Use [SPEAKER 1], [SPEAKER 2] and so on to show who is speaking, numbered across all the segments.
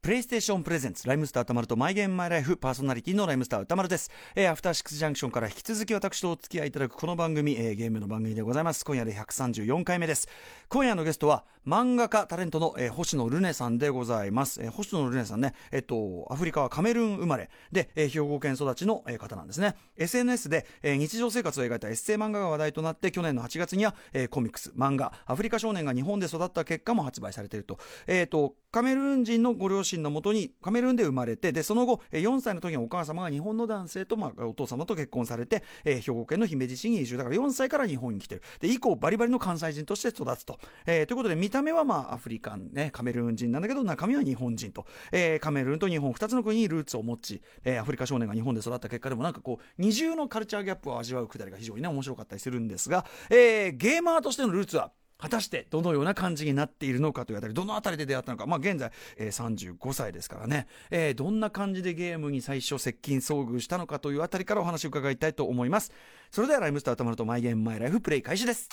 [SPEAKER 1] プレイステーションプレゼンツ、ライムスター歌丸とマイゲームマイライフパーソナリティのライムスター歌丸です。えーアフターシックスジャンクションから引き続き私とお付き合いいただくこの番組、えーゲームの番組でございます。今夜で134回目です。今夜のゲストは漫画家タレントの、えー星野ルネさんでございます。えー星野ルネさんね、えっと、アフリカはカメルーン生まれで、えー兵庫県育ちの、えー方なんですね。SNS で、えー日常生活を描いたエッセイ漫画が話題となって去年の8月には、えーコミックス、漫画、アフリカ少年が日本で育った結果も発売されていると。えっ、と、カメルーン人のご両親のもとにカメルーンで生まれて、で、その後、えー4歳の時にお母様が日本の男性と、まあ、お父様と結婚されて、えー兵庫県の姫路市に移住。だから4歳から日本に来てる。で、以降、バリバリの関西人として育つと。えーということで、見た目はまあ、アフリカンね、カメルーン人なんだけど、中身は日本人と。えーカメルーンと日本2つの国にルーツを持ち、えーアフリカ少年が日本で育った結果でも、なんかこう、二重のカルチャーギャップを味わうくだりが非常にね、面白かったりするんですが、えーゲーマーとしてのルーツは、果たしてどのような感じになっているのかというあたり、どのあたりで出会ったのか、まあ現在、えー35歳ですからね、えーどんな感じでゲームに最初接近遭遇したのかというあたりからお話を伺いたいと思います。それではライムスター歌丸とマイゲームマイライフプレイ開始です。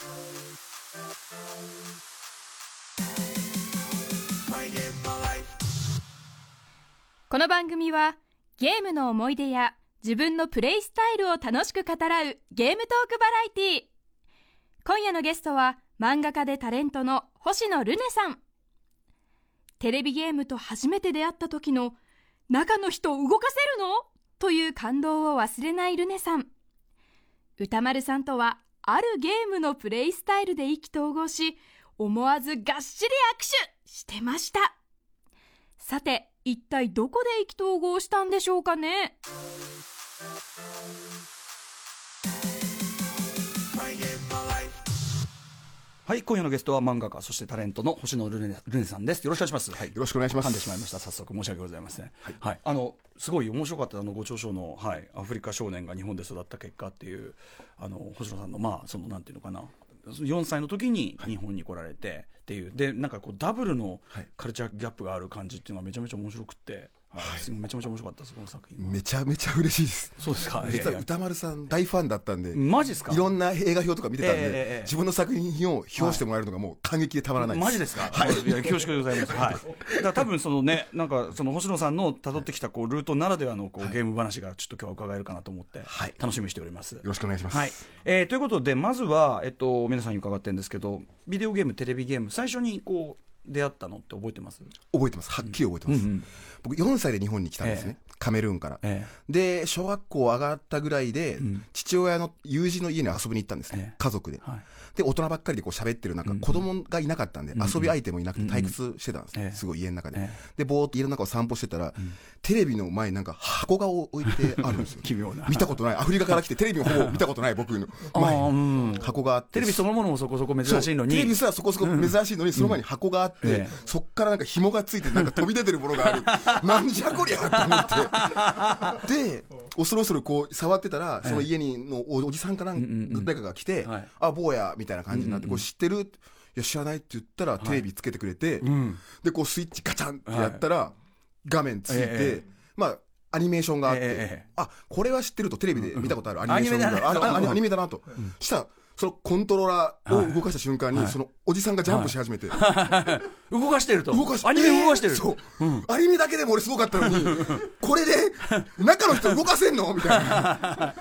[SPEAKER 2] この番組はゲームの思い出や自分のプレイスタイルを楽しく語らうゲームトークバラエティー今夜のゲストは漫画家でタレントの星野ルネさんテレビゲームと初めて出会った時の中の人を動かせるのという感動を忘れないルネさん歌丸さんとはあるゲームのプレイスタイルで意気投合し思わずがっしり握手してましたさて、一体どこで意気投合したんでしょうかね
[SPEAKER 1] はい、今夜のゲストは漫画家、そしてタレントの星野ルネルネさんです。よろしくお願いします。はい、
[SPEAKER 3] よろしくお願いします
[SPEAKER 1] 噛んでしまいました。早速申し訳ございません。はい、あの、すごい面白かったあのご著書の、はい、アフリカ少年が日本で育った結果っていう。あの、星野さんの、まあ、そのなんていうのかな。4歳の時に日本に来られてっていう、でなんかこうダブルの
[SPEAKER 3] はい
[SPEAKER 1] カルチャーギャップがある感じっていうのがめちゃめちゃ面白くって、はいすごいめちゃめちゃ面白かったですこの作品は
[SPEAKER 3] めちゃめちゃ嬉しいです
[SPEAKER 1] そうですか
[SPEAKER 3] 実
[SPEAKER 1] い
[SPEAKER 3] は
[SPEAKER 1] やい
[SPEAKER 3] 歌丸さん大ファンだったんで
[SPEAKER 1] やマジですか
[SPEAKER 3] いろんな映画表とか見てたんで、
[SPEAKER 1] ええええ
[SPEAKER 3] 自分の作品を評してもらえるのがもう感激でたまらないです
[SPEAKER 1] マジですか、い、や恐縮でございます、はい、だから多分そのね、なんかその星野さんの辿ってきたこうルートならではのこうゲーム話がちょっと今日は伺えるかなと思って、
[SPEAKER 3] はい
[SPEAKER 1] 楽しみにしております。
[SPEAKER 3] よろしくお願いします、
[SPEAKER 1] はいえーということで、まずは、えっと、皆さんに伺ってるんですけど、ビデオゲーム、テレビゲーム、最初にこう出会ったのって覚えてます
[SPEAKER 3] 覚えてますはっきり覚えてます、
[SPEAKER 1] うんうん
[SPEAKER 3] 僕4歳で日本に来たんですね、カメルーンから、
[SPEAKER 1] え
[SPEAKER 3] で小学校上がったぐらいで、
[SPEAKER 1] ん
[SPEAKER 3] 父親の友人の家に遊びに行ったんですね、
[SPEAKER 1] ええ
[SPEAKER 3] 家族で、
[SPEAKER 1] はい
[SPEAKER 3] で大人ばっかりでこう喋ってる中、子供がいなかったんで、遊び相手もいなくて退屈してたんですね、
[SPEAKER 1] ええ
[SPEAKER 3] すごい家の中で、
[SPEAKER 1] え
[SPEAKER 3] でぼーっと家の中を散歩してたら、テレビの前になんか箱が置いてあるんですよ
[SPEAKER 1] 奇妙な
[SPEAKER 3] 見たことないアフリカから来てテレビもほぼ見たことない僕の 前
[SPEAKER 1] あーうん
[SPEAKER 3] に箱があって
[SPEAKER 1] テレビそのものもそこそこ
[SPEAKER 3] そう
[SPEAKER 1] 珍しいの
[SPEAKER 3] テレビ
[SPEAKER 1] に、
[SPEAKER 3] すらそこそこ珍しいのに、その前に箱があって、
[SPEAKER 1] ええ
[SPEAKER 3] そっからなんか紐がついて、なんか飛び出てるものがあ る。なんじゃこりゃと思って。で、おそろそろこう触ってたら、その家にのおおじさんかなんか、誰かが来て、
[SPEAKER 1] はい
[SPEAKER 3] あ、坊や、みたいな感じになって、こう知ってるいや、知らないって言ったら、テレビつけてくれて、
[SPEAKER 1] ん
[SPEAKER 3] で、こうスイッチガチャンってやったら、画面ついて、
[SPEAKER 1] え
[SPEAKER 3] まあ、アニメーションがあって、
[SPEAKER 1] ええええ
[SPEAKER 3] あ、これは知ってるとテレビで見たことあるアニメーション
[SPEAKER 1] アニメ
[SPEAKER 3] が、
[SPEAKER 1] だ
[SPEAKER 3] あ
[SPEAKER 1] な
[SPEAKER 3] ああアニメだなと。したら、そのコントローラーを動かした瞬間に、そのおじさんがジャンプし始めて、
[SPEAKER 1] 動かしてると、
[SPEAKER 3] 動かし
[SPEAKER 1] アニメ動かして
[SPEAKER 3] え
[SPEAKER 1] る、
[SPEAKER 3] ーそう。アニメだけでも俺すごかった のに、これで、中の人動かせんのみたいな。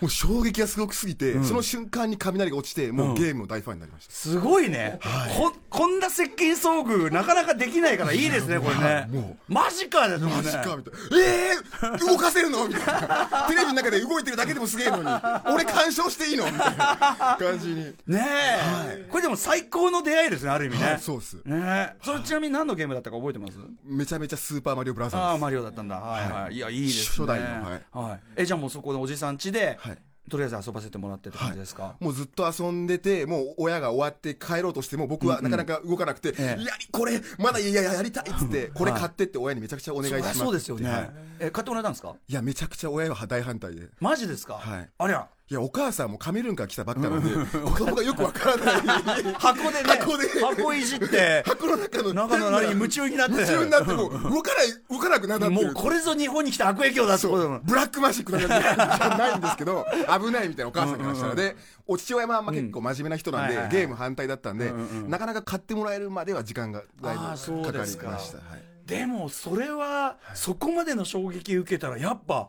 [SPEAKER 3] もう衝撃がすごくすぎて、その瞬間に雷が落ちて、もうゲームの大ファンになりました。
[SPEAKER 1] すごいね、ここんな接近遭遇、なかなかできないからいいですね、これね、
[SPEAKER 3] も
[SPEAKER 1] マジかですもんね、
[SPEAKER 3] マジかみたいな。えー、動かせるのみたいな。テレビの中で動いてるだけでもすげえのに、俺干渉していいのみたいな感じに。
[SPEAKER 1] ねえ、これでも最高の出会いですね、ある意味ね。
[SPEAKER 3] はいそうです。
[SPEAKER 1] ねえそれちなみに何のゲームだったか覚えてます
[SPEAKER 3] めちゃめちゃスーパーマリオブラザ
[SPEAKER 1] あ
[SPEAKER 3] ー
[SPEAKER 1] あ、
[SPEAKER 3] ズで
[SPEAKER 1] マリオだったんだ。はいはい。い、や、いいですね。
[SPEAKER 3] 初代のはい
[SPEAKER 1] え、じゃあもうそこのおじさん家で、
[SPEAKER 3] はい
[SPEAKER 1] とりあえず遊ばせてもらってって感じですか、
[SPEAKER 3] す。もうずっと遊んでて、もう親が終わって帰ろうとしても、僕はなかなか動かなくて、
[SPEAKER 1] ええ
[SPEAKER 3] いや、これ、まだいやいややりたいっつって、これ買ってって親にめちゃくちゃお願いし
[SPEAKER 1] そり
[SPEAKER 3] ま
[SPEAKER 1] ゃ
[SPEAKER 3] す。
[SPEAKER 1] そうですよね、
[SPEAKER 3] はい
[SPEAKER 1] え、買ってもらえたんですか
[SPEAKER 3] いや、めちゃくちゃ親は大反対で。
[SPEAKER 1] マジですか
[SPEAKER 3] はい
[SPEAKER 1] ありゃ。
[SPEAKER 3] いや、お母さんもカメルーンから来たばっかなんで、子供がよくわからない。
[SPEAKER 1] 箱でね、
[SPEAKER 3] 箱で
[SPEAKER 1] 箱いじって、
[SPEAKER 3] 箱の中の
[SPEAKER 1] 中の何に夢中になって
[SPEAKER 3] 夢中になってもう動かない動かなくなったって
[SPEAKER 1] も
[SPEAKER 3] いう
[SPEAKER 1] うこれぞ日本に来た悪影響だって
[SPEAKER 3] そ
[SPEAKER 1] ことだも
[SPEAKER 3] うんブラックマジッ クなんかじゃないんですけど危ないみたいなお母さんからしたらでお父親もあんま結構真面目な人なんで
[SPEAKER 1] はいはいはい
[SPEAKER 3] ゲーム反対だったんでなかなか買ってもらえるまでは時間がだいぶ
[SPEAKER 1] あーそう
[SPEAKER 3] かか
[SPEAKER 1] で
[SPEAKER 3] り
[SPEAKER 1] すか
[SPEAKER 3] ましたはい
[SPEAKER 1] でもそれはそこまでの衝撃受けたらやっぱ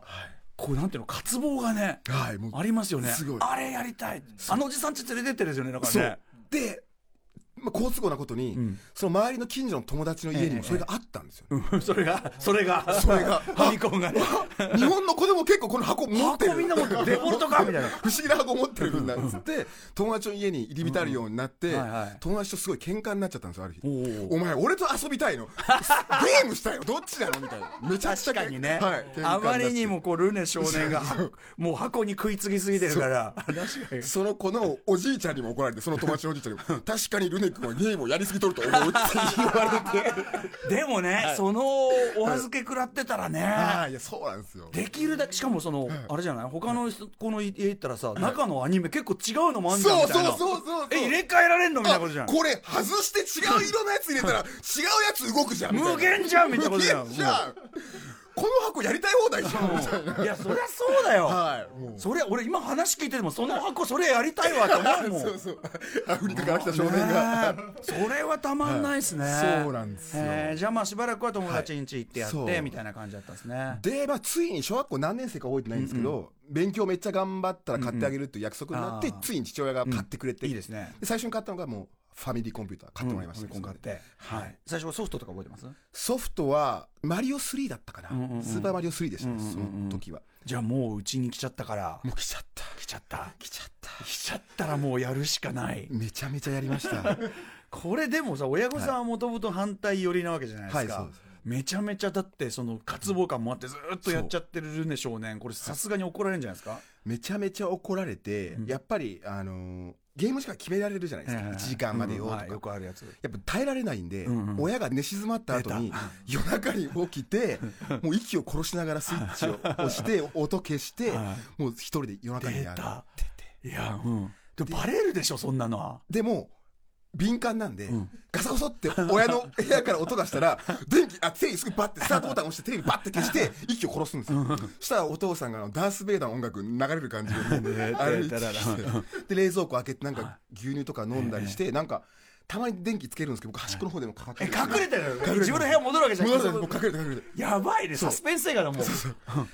[SPEAKER 1] こうなんていうの渇望がね
[SPEAKER 3] はいもう
[SPEAKER 1] ありますよね
[SPEAKER 3] すごい
[SPEAKER 1] あれやりたいあのおじさんち連れてってるんですよねだか
[SPEAKER 3] そ
[SPEAKER 1] ら
[SPEAKER 3] う
[SPEAKER 1] ね
[SPEAKER 3] で、まあ、好都合なことに、
[SPEAKER 1] ん
[SPEAKER 3] その周りの近所の友達の家にもそれがあったんですよ、ね
[SPEAKER 1] うんそれがそれが
[SPEAKER 3] それが
[SPEAKER 1] ファミコンがね
[SPEAKER 3] 日本の子でも結構この箱持ってる
[SPEAKER 1] 箱みんな持ってるデフォルトか みたいな
[SPEAKER 3] 不思議な箱持ってるんだ っつって友達の家に入り浸るようになって、
[SPEAKER 1] うんはいはい
[SPEAKER 3] 友達とすごい喧嘩になっちゃったんですよある日
[SPEAKER 1] おー
[SPEAKER 3] お前俺と遊び たいのゲームしたいのどっちなのみたいなめちゃくちゃ
[SPEAKER 1] 確かにね、
[SPEAKER 3] はい、喧嘩にな
[SPEAKER 1] あ
[SPEAKER 3] って
[SPEAKER 1] まりにもこうルネ少年がもう箱に食いつぎすぎてるから確かに
[SPEAKER 3] その子のおじいちゃんにも怒られてその友達のおじいちゃんにも確かにルネ君はゲームをやりすぎとると思うって 言われて
[SPEAKER 1] でもね、そのお預け食らってたらね、
[SPEAKER 3] ああいやそうなんですよ
[SPEAKER 1] できるだけしかもその、あれじゃない他の人この家行ったらさ、中のアニメ結構違うのもあんじゃんみ
[SPEAKER 3] そう
[SPEAKER 1] たいな
[SPEAKER 3] そうそうそう
[SPEAKER 1] え入れ替えられんのみたいなことじゃん
[SPEAKER 3] これ外して違う色のやつ入れたら違うやつ動くじゃんみたいな
[SPEAKER 1] 無限じゃんみたいなことじゃん
[SPEAKER 3] 無限じゃんこの箱やりたい放題じゃんみたいない
[SPEAKER 1] やそりゃそうだよ、
[SPEAKER 3] はいもう
[SPEAKER 1] それ俺今話聞いててもその箱それやりたいわと思うもん
[SPEAKER 3] そうそうアフリカから来た少年が
[SPEAKER 1] ねえそれはたまんないですね、
[SPEAKER 3] はいそうなんですよ
[SPEAKER 1] えーじゃあまあしばらくは友達ん家行ってやって、
[SPEAKER 3] はいそう
[SPEAKER 1] みたいな感じだったんですね
[SPEAKER 3] で、まあ、ついに小学校何年生か覚えてないんですけど、勉強めっちゃ頑張ったら買ってあげるっていう約束になって、
[SPEAKER 1] うんうんあー
[SPEAKER 3] ついに父親が買ってくれて、
[SPEAKER 1] いいですね
[SPEAKER 3] 最初に買ったのがもうファミリーコンピューター買ってもらいました、
[SPEAKER 1] うんファミコン買って、はい、最初はソフトとか覚えてます
[SPEAKER 3] ソフトはマリオ3だったかな、
[SPEAKER 1] うんうんうん
[SPEAKER 3] スーパーマリオ3でしたね、
[SPEAKER 1] うんうんうん
[SPEAKER 3] その時は
[SPEAKER 1] じゃあもううちに来ちゃったから
[SPEAKER 3] もう来ちゃった
[SPEAKER 1] 来ちゃった
[SPEAKER 3] 来ちゃった
[SPEAKER 1] 来ちゃったらもうやるしかない
[SPEAKER 3] めちゃめちゃやりました
[SPEAKER 1] これでもさ親御さんはもともと反対寄りなわけじゃないですか、
[SPEAKER 3] はいそうです
[SPEAKER 1] めちゃめちゃだってその渇望感もあってずーっとやっちゃってるルネ少年これさすがに怒られるんじゃないですか、
[SPEAKER 3] めちゃめちゃ怒られて、
[SPEAKER 1] うん
[SPEAKER 3] やっぱりあのーゲームしか決められるじゃないですか、1時間までよ
[SPEAKER 1] うん
[SPEAKER 3] とか、
[SPEAKER 1] はいよくあるやつ
[SPEAKER 3] やっぱ耐えられないんで、
[SPEAKER 1] うんうん
[SPEAKER 3] 親が寝静まった後に夜中に起きてもう息を殺しながらスイッチを押して音消して
[SPEAKER 1] は
[SPEAKER 3] もう一人で夜中に
[SPEAKER 1] 出
[SPEAKER 3] やる
[SPEAKER 1] たいやうんでもバレるでしょそんなのは
[SPEAKER 3] でも敏感なんで、
[SPEAKER 1] ん
[SPEAKER 3] ガサゴソって親の部屋から音がしたら電気あテレビすぐバッてスタートボタン押してテレビバッて消して息を殺すんですよしたらお父さんがあのダース・ベイダーの音楽流れ る感じであれにで冷蔵庫開けてなんか牛乳とか飲んだりして、なんかたまに電気つけるんですけど僕端っこの方でも隠
[SPEAKER 1] え
[SPEAKER 3] れて
[SPEAKER 1] 隠れてる
[SPEAKER 3] てる
[SPEAKER 1] 自分の部屋戻るわけじゃん
[SPEAKER 3] ごめんなさいもう隠れて隠れて
[SPEAKER 1] やばいねサスペンス映画だもん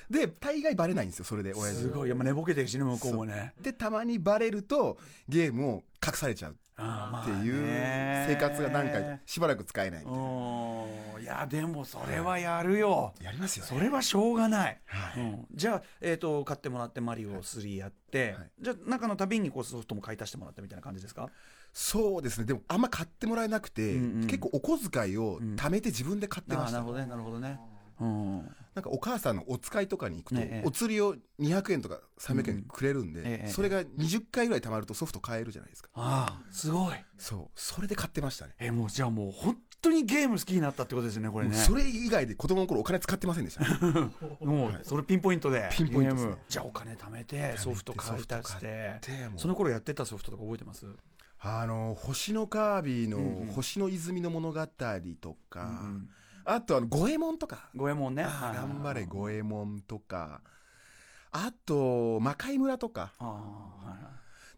[SPEAKER 3] で大概バレないんですよそれで親
[SPEAKER 1] す
[SPEAKER 3] 父
[SPEAKER 1] ごいいやまあ寝ぼけてるしね向こうもね
[SPEAKER 3] でたまにバレるとゲームを隠されちゃう
[SPEAKER 1] あー
[SPEAKER 3] って
[SPEAKER 1] まあ
[SPEAKER 3] いう
[SPEAKER 1] ね
[SPEAKER 3] 生活が何回かしばらく使えない
[SPEAKER 1] うんいやでもそれはやるよ
[SPEAKER 3] やりますよ
[SPEAKER 1] それはしょうがない、うんじゃあ、えー、と買ってもらってマリオ3やって、
[SPEAKER 3] はい
[SPEAKER 1] じゃあ中のたびにこうソフトも買い足してもらってみたいな感じですか
[SPEAKER 3] そうですねでもあんま買ってもらえなくて、
[SPEAKER 1] うんうん
[SPEAKER 3] 結構お小遣いを貯めて自分で買ってました、
[SPEAKER 1] どねなるほどねうん
[SPEAKER 3] なんかお母さんのお使いとかに行くと、
[SPEAKER 1] ええ
[SPEAKER 3] お釣りを200円とか300円くれるんで、
[SPEAKER 1] うんええ
[SPEAKER 3] それが20回ぐらい貯まるとソフト買えるじゃないですか
[SPEAKER 1] ああすごい
[SPEAKER 3] そうそれで買ってましたね
[SPEAKER 1] えもうじゃあもう本当にゲーム好きになったってことですよねこれね
[SPEAKER 3] もうそれ以外で子供の頃お金使ってませんでしたね
[SPEAKER 1] もうそれピンポイントで
[SPEAKER 3] ピンポイントですね
[SPEAKER 1] ゲームじゃあお金貯めてソフト買い足して
[SPEAKER 3] ソフト買ってもう
[SPEAKER 1] その頃やってたソフトとか覚えてます
[SPEAKER 3] あの星のカービィ
[SPEAKER 1] うんうん
[SPEAKER 3] の「星の泉の物語」と
[SPEAKER 1] う
[SPEAKER 3] か、
[SPEAKER 1] んうん
[SPEAKER 3] あとあの五右衛門とか
[SPEAKER 1] 五右衛門ね
[SPEAKER 3] 「
[SPEAKER 1] はい
[SPEAKER 3] 頑張れ五右衛門」とかあと「魔界村」とか
[SPEAKER 1] ああはいはい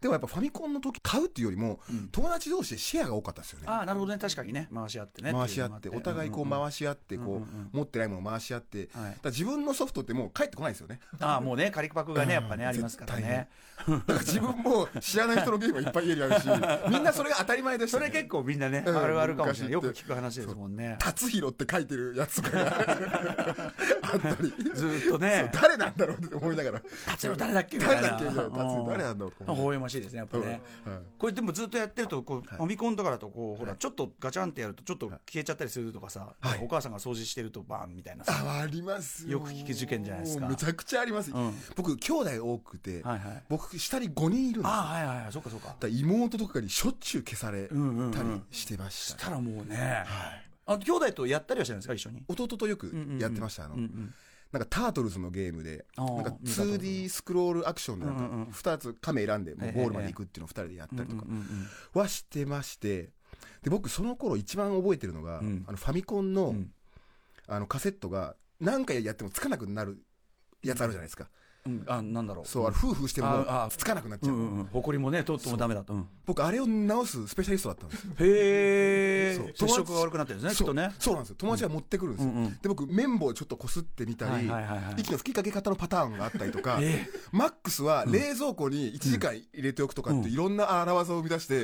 [SPEAKER 3] でもやっぱファミコンの時買うっていうよりも、
[SPEAKER 1] うん
[SPEAKER 3] 友達同士でシェアが多かったですよね
[SPEAKER 1] ああなるほどね確かにね回し合ってね
[SPEAKER 3] 回し合ってお互いこう
[SPEAKER 1] し
[SPEAKER 3] 回し合ってこう、
[SPEAKER 1] うんうんうん
[SPEAKER 3] 持ってないもの回し合って、
[SPEAKER 1] はい
[SPEAKER 3] だから自分のソフトってもう返ってこないんですよね
[SPEAKER 1] ああもうね火力パクがねやっぱね
[SPEAKER 3] うん
[SPEAKER 1] ありますから
[SPEAKER 3] 絶対
[SPEAKER 1] ね
[SPEAKER 3] ねだから自分も知らない人のゲームがいっぱい家にあるし みんなそれが当たり前でし
[SPEAKER 1] そ
[SPEAKER 3] た、ね、
[SPEAKER 1] れ結構みんなね
[SPEAKER 3] うん
[SPEAKER 1] あるあるかもしれないよく
[SPEAKER 3] 昔っ
[SPEAKER 1] 聞
[SPEAKER 3] て
[SPEAKER 1] く話ですもんね
[SPEAKER 3] 達弘って書いてるやつとかが あったり
[SPEAKER 1] ずーっとね
[SPEAKER 3] 誰なんだろうって思 いながら
[SPEAKER 1] 達郎誰だっけみたい
[SPEAKER 3] 誰
[SPEAKER 1] な
[SPEAKER 3] だっけみたいな達
[SPEAKER 1] う
[SPEAKER 3] 弘
[SPEAKER 1] ん
[SPEAKER 3] 誰なんだろうと
[SPEAKER 1] 微
[SPEAKER 3] 思
[SPEAKER 1] 笑ましいですねやっぱ
[SPEAKER 3] うん
[SPEAKER 1] ね
[SPEAKER 3] うん
[SPEAKER 1] これでもずっとやってるとこうファミコンとかだとこうほらちょっとガチャンってやるとちょっと消えちゃったりするとかさ
[SPEAKER 3] はい
[SPEAKER 1] お母さんが掃除してるとバーンみたいなさ
[SPEAKER 3] あありますよ
[SPEAKER 1] よく聞く事件じゃないですか
[SPEAKER 3] めちゃくちゃあります、
[SPEAKER 1] うん
[SPEAKER 3] 僕兄弟多くて、
[SPEAKER 1] はいはい
[SPEAKER 3] 僕下に5人いるんですよ
[SPEAKER 1] ああはいはいはいそっかそっか
[SPEAKER 3] だから妹とかにしょっちゅう消され
[SPEAKER 1] んうんうん
[SPEAKER 3] たりしてまし
[SPEAKER 1] した
[SPEAKER 3] ね、
[SPEAKER 1] たらもうねあ兄弟とやったりはしないんですか一緒に
[SPEAKER 3] 弟とよくやってました、
[SPEAKER 1] うんう
[SPEAKER 3] あの
[SPEAKER 1] ん
[SPEAKER 3] なんかタートルズのゲームで
[SPEAKER 1] あー
[SPEAKER 3] なんか
[SPEAKER 1] 見たことある
[SPEAKER 3] 2D スクロールアクションでなんか
[SPEAKER 1] うんうんうん
[SPEAKER 3] 2つ亀選んでもうゴールまで行くっていうのを2人でやったりとかはしてましてで僕その頃一番覚えてるのが、
[SPEAKER 1] うん
[SPEAKER 3] あのファミコンの,、
[SPEAKER 1] うん
[SPEAKER 3] あのカセットが何回やってもつかなくなるやつあるじゃないですか、
[SPEAKER 1] うんあなんだろう
[SPEAKER 3] そうあれ夫婦しても
[SPEAKER 1] ああ
[SPEAKER 3] つかなくなっち
[SPEAKER 1] う
[SPEAKER 3] ゃ
[SPEAKER 1] ん
[SPEAKER 3] う、
[SPEAKER 1] うんうんほこりもね取ってもダメだと、うん
[SPEAKER 3] 僕あれを直すスペシャリストだったんですよ
[SPEAKER 1] へ
[SPEAKER 3] そう
[SPEAKER 1] え接触が悪くなってるんですねき
[SPEAKER 3] そ
[SPEAKER 1] っ
[SPEAKER 3] う
[SPEAKER 1] とね
[SPEAKER 3] そうなんですよ友達が持ってくるんですよ、
[SPEAKER 1] うんうん
[SPEAKER 3] で僕綿棒をちょっとこすってみたり、
[SPEAKER 1] はいはいはいはい
[SPEAKER 3] 息の吹きかけ方のパターンがあったりとか、
[SPEAKER 1] え
[SPEAKER 3] マックスは冷蔵庫に1時間入れておくとかっていろんな荒技を生み出して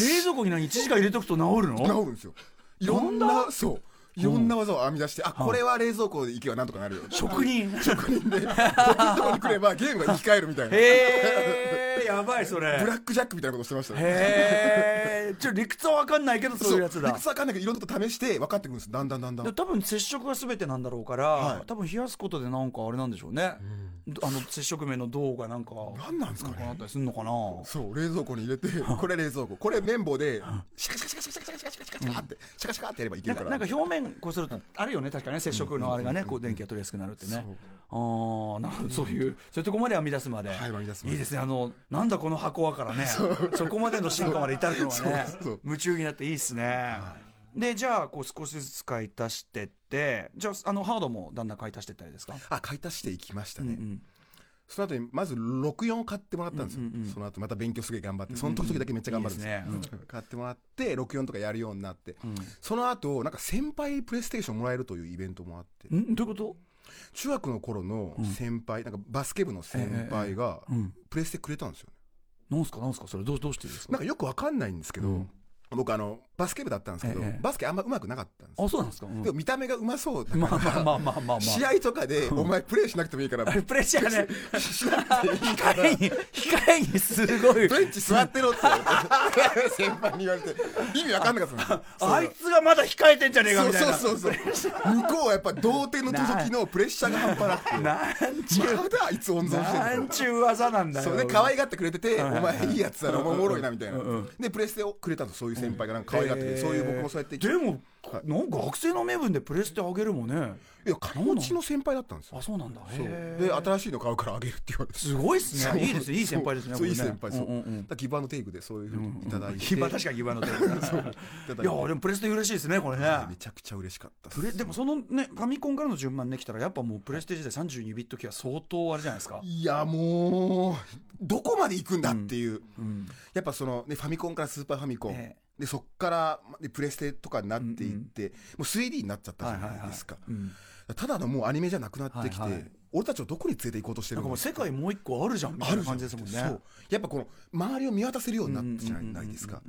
[SPEAKER 1] 冷蔵庫に何1時間入れとくと治る
[SPEAKER 3] 治
[SPEAKER 1] の
[SPEAKER 3] るんですよいろんなそういろんな技を編み出して、あこれは冷蔵庫で行けばなんとかな るよ
[SPEAKER 1] 職人
[SPEAKER 3] 職人で僕のとこに来ればゲームが生き返るみたいな
[SPEAKER 1] へえやばいそれ
[SPEAKER 3] ブラックジャックみたいなことしてましたね
[SPEAKER 1] へえちょっと理屈は分かんないけどそういうやつ
[SPEAKER 3] 理
[SPEAKER 1] だ
[SPEAKER 3] 屈わかんないけどいろんなこと試して分かってくるんですだんだんだんだん
[SPEAKER 1] で多分接触が全てなんだろうから、
[SPEAKER 3] はい
[SPEAKER 1] 多分冷やすことでなんかあれなんでしょうね、あの接触面の銅がなんか
[SPEAKER 3] 何なんですか
[SPEAKER 1] なんかあ
[SPEAKER 3] ね
[SPEAKER 1] ったりするのかな
[SPEAKER 3] そう冷蔵庫に入れてこれ冷蔵庫これ綿棒でシャカシャカシャカシャカシャカシャカシャカシャカってシャカシャカってやればいけ
[SPEAKER 1] な
[SPEAKER 3] る
[SPEAKER 1] んか
[SPEAKER 3] か
[SPEAKER 1] らなんか表面こうするとあるよね確かね接触のあれがねこう電気が取りやすくなるってねあーなるほどそういうそういうとこまで編み出すまで、
[SPEAKER 3] はい編み出すまで
[SPEAKER 1] いいですねあのなんだこの箱は からねそこまでの進化まで至るのはね
[SPEAKER 3] そうそう
[SPEAKER 1] 夢中になっていいですねでじゃあこう少しずつ買い足してってじゃああのハードもだんだん買い足してったりですか、
[SPEAKER 3] あ買い足していきました
[SPEAKER 1] うんう
[SPEAKER 3] ね、
[SPEAKER 1] ん
[SPEAKER 3] その後にまず64を買ってもらったんですよ、
[SPEAKER 1] うんうんうん
[SPEAKER 3] その後また勉強すげえ頑張ってその時々だけめっちゃ頑張るんです,、
[SPEAKER 1] いいですね
[SPEAKER 3] 買ってもらって64とかやるようになって、
[SPEAKER 1] ん
[SPEAKER 3] その後なんか先輩プレイステーションもらえるというイベントもあって
[SPEAKER 1] んどういうこと
[SPEAKER 3] 中学の頃の先輩、なんかバスケ部の先輩が
[SPEAKER 1] うん
[SPEAKER 3] プレステくれたんですよね、
[SPEAKER 1] なんすかなんすかそれどうどうしてですか
[SPEAKER 3] なんかよくわかんないんですけど、
[SPEAKER 1] うん
[SPEAKER 3] 僕あのバスケ部だったんですけど、
[SPEAKER 1] ええ
[SPEAKER 3] バスケあんま上手くなかったんですよ
[SPEAKER 1] あそうなんですか、うん
[SPEAKER 3] でも見た目がうまそうだから、
[SPEAKER 1] まあまあまあまあまあ、まあ、
[SPEAKER 3] 試合とかでお前プレイしなくてもいいから
[SPEAKER 1] あれプレッシャー ね
[SPEAKER 3] しなくていいから
[SPEAKER 1] 控えに控えにすごい
[SPEAKER 3] ベンチ座ってろって言われて先輩に言われて意味わかんなかったんですよ
[SPEAKER 1] あいつがまだ控えてんじゃねえか
[SPEAKER 3] そ
[SPEAKER 1] み
[SPEAKER 3] う
[SPEAKER 1] たいな
[SPEAKER 3] そうそうそうそう向こうはやっぱ同点の時のプレッシャーが半端なくて
[SPEAKER 1] なんちゅう
[SPEAKER 3] まだあいつ温存してるん
[SPEAKER 1] な
[SPEAKER 3] だ
[SPEAKER 1] んちゅう技なんだよ
[SPEAKER 3] それで可愛がってくれてて、お前いいやつだろ、おもろいなみたいな
[SPEAKER 1] うんうん。
[SPEAKER 3] で、プレステをくれたと、そういう先輩がなんか可愛がってくれて、そういう僕もそうやって。
[SPEAKER 1] でも、
[SPEAKER 3] はい
[SPEAKER 1] なんか学生の名分でプレステあげるもんね
[SPEAKER 3] いや、金持ちの先輩だったんですよ
[SPEAKER 1] あ。そうなんだ
[SPEAKER 3] そう
[SPEAKER 1] へ
[SPEAKER 3] で、新しいの買うからあげるって言われて。
[SPEAKER 1] すごいっす
[SPEAKER 3] そう
[SPEAKER 1] ねいいですねいい先輩ですね
[SPEAKER 3] そう、
[SPEAKER 1] これ
[SPEAKER 3] い
[SPEAKER 1] ね
[SPEAKER 3] い先輩、そう。
[SPEAKER 1] んん
[SPEAKER 3] だからギブアンドテイクでそういうふうにいただいて。
[SPEAKER 1] ギバ確かにギバの手 だない
[SPEAKER 3] ただいて
[SPEAKER 1] やでもプレステ嬉しいですねこれね
[SPEAKER 3] めちゃくちゃ嬉しかったっす。
[SPEAKER 1] プレでもそのねファミコンからの順番できたらやっぱもうプレステ時代32ビット機は相当あれじゃないですか
[SPEAKER 3] いや、もう、どこまで行くんだっていう。やっぱその、ね、ファミコンからスーパーファミコン。
[SPEAKER 1] ええ
[SPEAKER 3] で、そっから、でプレステとかになっていって、もう 3D になっちゃったじ
[SPEAKER 1] はい
[SPEAKER 3] ゃ
[SPEAKER 1] はい
[SPEAKER 3] ない
[SPEAKER 1] はい
[SPEAKER 3] ですか。
[SPEAKER 1] うん
[SPEAKER 3] ただのもうアニメじゃなくなってきて、
[SPEAKER 1] はいはい
[SPEAKER 3] 俺たちをどこに連れて行こうとして
[SPEAKER 1] な
[SPEAKER 3] る
[SPEAKER 1] んかも
[SPEAKER 3] の
[SPEAKER 1] う世界もう一個あるじゃんみた
[SPEAKER 3] あ
[SPEAKER 1] い
[SPEAKER 3] る
[SPEAKER 1] な
[SPEAKER 3] じゃ
[SPEAKER 1] 感
[SPEAKER 3] ん
[SPEAKER 1] じですもんね
[SPEAKER 3] そうやっぱこの周りを見渡せるようになったじゃ
[SPEAKER 1] うんうんうんうん
[SPEAKER 3] ないですか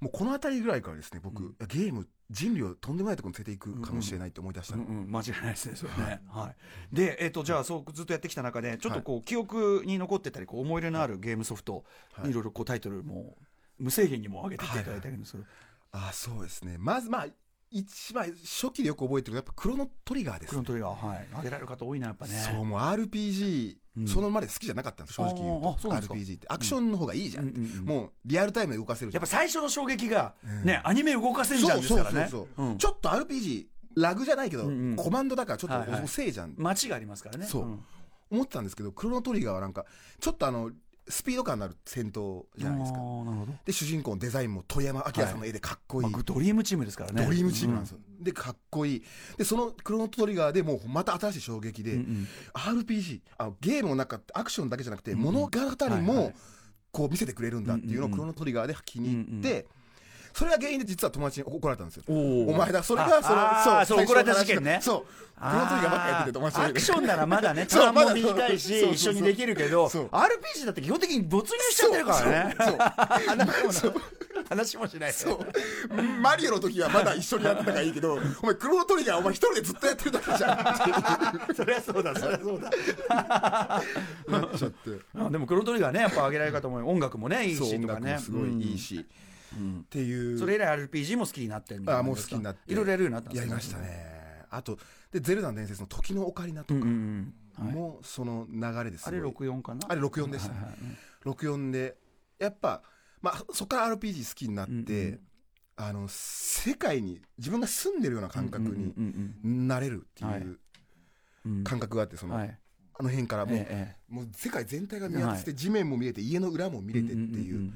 [SPEAKER 3] もうこの辺りぐらいからですね僕、いやゲーム人類をとんでもないところに連れていくかもしれないって思い出した
[SPEAKER 1] うん
[SPEAKER 3] の、
[SPEAKER 1] うん、間違いないですね、それね。はい。で、えっ、と、じゃあ、そう、ずっとやってきた中で、ちょっとこう、記憶に残ってたり、こう、思い入れのあるゲームソフト。
[SPEAKER 3] い
[SPEAKER 1] い、ろいろ、こう、タイトルも、無制限にも上げていただいたりもする。
[SPEAKER 3] ああそうですねまずまあ一番初期でよく覚えてるのはやっぱクロノトリガーです
[SPEAKER 1] クロントリガー、はい、上げられる方多いな、やっぱね。
[SPEAKER 3] そうもう RPG、
[SPEAKER 1] ん
[SPEAKER 3] そのまで好きじゃなかったんです正直言うと
[SPEAKER 1] あーあそうなんですか
[SPEAKER 3] RPG ってアクションの方がいいじゃんって、
[SPEAKER 1] うんうんうん
[SPEAKER 3] もうリアルタイムで動かせるじ
[SPEAKER 1] や
[SPEAKER 3] ゃ
[SPEAKER 1] っ
[SPEAKER 3] ん
[SPEAKER 1] ぱ最初の衝撃が、ね、アニメ動かせんじゃ
[SPEAKER 3] そ
[SPEAKER 1] ん
[SPEAKER 3] う
[SPEAKER 1] です
[SPEAKER 3] そう
[SPEAKER 1] から
[SPEAKER 3] そう
[SPEAKER 1] ね。
[SPEAKER 3] そう、
[SPEAKER 1] うん
[SPEAKER 3] ちょっと RPG ラグじゃないけど、
[SPEAKER 1] んうん
[SPEAKER 3] コマンドだからちょ
[SPEAKER 1] はいは
[SPEAKER 3] っ
[SPEAKER 1] い
[SPEAKER 3] と遅いじゃん、
[SPEAKER 1] 街がありますからね。
[SPEAKER 3] そう、
[SPEAKER 1] ん
[SPEAKER 3] 思ってたんですけどクロノトリガーはなんかちょっとあのスピード感のある戦闘じゃないですか
[SPEAKER 1] あーなるほど。
[SPEAKER 3] で主人公のデザインも富山明さんの絵でかっこいい、
[SPEAKER 1] まあ、ドリームチームですからね。
[SPEAKER 3] ドリームチームなんですよ、でかっこいいでそのクロノトリガーでもうまた新しい衝撃で、
[SPEAKER 1] うんうん
[SPEAKER 3] RPG あゲームの中ってアクションだけじゃなくて、
[SPEAKER 1] んうん
[SPEAKER 3] 物語
[SPEAKER 1] はいは
[SPEAKER 3] も
[SPEAKER 1] い
[SPEAKER 3] こう見せてくれるんだっていうのを
[SPEAKER 1] うんうんうん
[SPEAKER 3] クロノトリガーで気に入って、
[SPEAKER 1] うん
[SPEAKER 3] それが原因で実は友達に怒られたんですよ
[SPEAKER 1] おー
[SPEAKER 3] お前だそれ
[SPEAKER 1] あ
[SPEAKER 3] がそ
[SPEAKER 1] あー
[SPEAKER 3] の
[SPEAKER 1] そう怒られた事件ね
[SPEAKER 3] そうクロノトリガーばっかやってて友達に
[SPEAKER 1] アクションならまだね、
[SPEAKER 3] そう
[SPEAKER 1] 時間も
[SPEAKER 3] まだそう
[SPEAKER 1] 短い
[SPEAKER 3] そうそう
[SPEAKER 1] し、一緒にできるけど、
[SPEAKER 3] そう
[SPEAKER 1] RPG だって基本的に没入しちゃってるからね。
[SPEAKER 3] そうそう
[SPEAKER 1] そう話もしない。
[SPEAKER 3] そうそうマリオの時はまだ一緒にやってたからいいけどお前クロノトリガーお前一人でずっとやってるだけじゃん
[SPEAKER 1] そりゃそうだ、そりゃそうだ。
[SPEAKER 3] なっち ゃって
[SPEAKER 1] あでも、黒鳥がね、やっぱ上げられる方も音楽もね、いい
[SPEAKER 3] そう
[SPEAKER 1] し
[SPEAKER 3] 音
[SPEAKER 1] とか
[SPEAKER 3] 楽も
[SPEAKER 1] ね。
[SPEAKER 3] すごいいいし、っていう
[SPEAKER 1] うんそれ以来 RPG も好きになってみたいな
[SPEAKER 3] あもう好きになって
[SPEAKER 1] いろいろやるようになったんです
[SPEAKER 3] や
[SPEAKER 1] ね
[SPEAKER 3] りました。ねあとで「ゼルダの伝説」の「時のオカリナ」と
[SPEAKER 1] う
[SPEAKER 3] か
[SPEAKER 1] んうんうんはい
[SPEAKER 3] もその流れです
[SPEAKER 1] あ
[SPEAKER 3] ごい
[SPEAKER 1] れ64かな
[SPEAKER 3] あれ64でしたね64でやっぱ、まあ、そこから RPG 好きになって、
[SPEAKER 1] うんう
[SPEAKER 3] あの世界に自分が住んでるような感覚に
[SPEAKER 1] うんうん
[SPEAKER 3] なれるって
[SPEAKER 1] はい
[SPEAKER 3] いう
[SPEAKER 1] うんうん
[SPEAKER 3] 感覚があってその、
[SPEAKER 1] はい。
[SPEAKER 3] あの辺からもう,、
[SPEAKER 1] ええ
[SPEAKER 3] もう世界全体が見渡せて、地面も見れて家の裏も見れてっていう,、
[SPEAKER 1] んんんん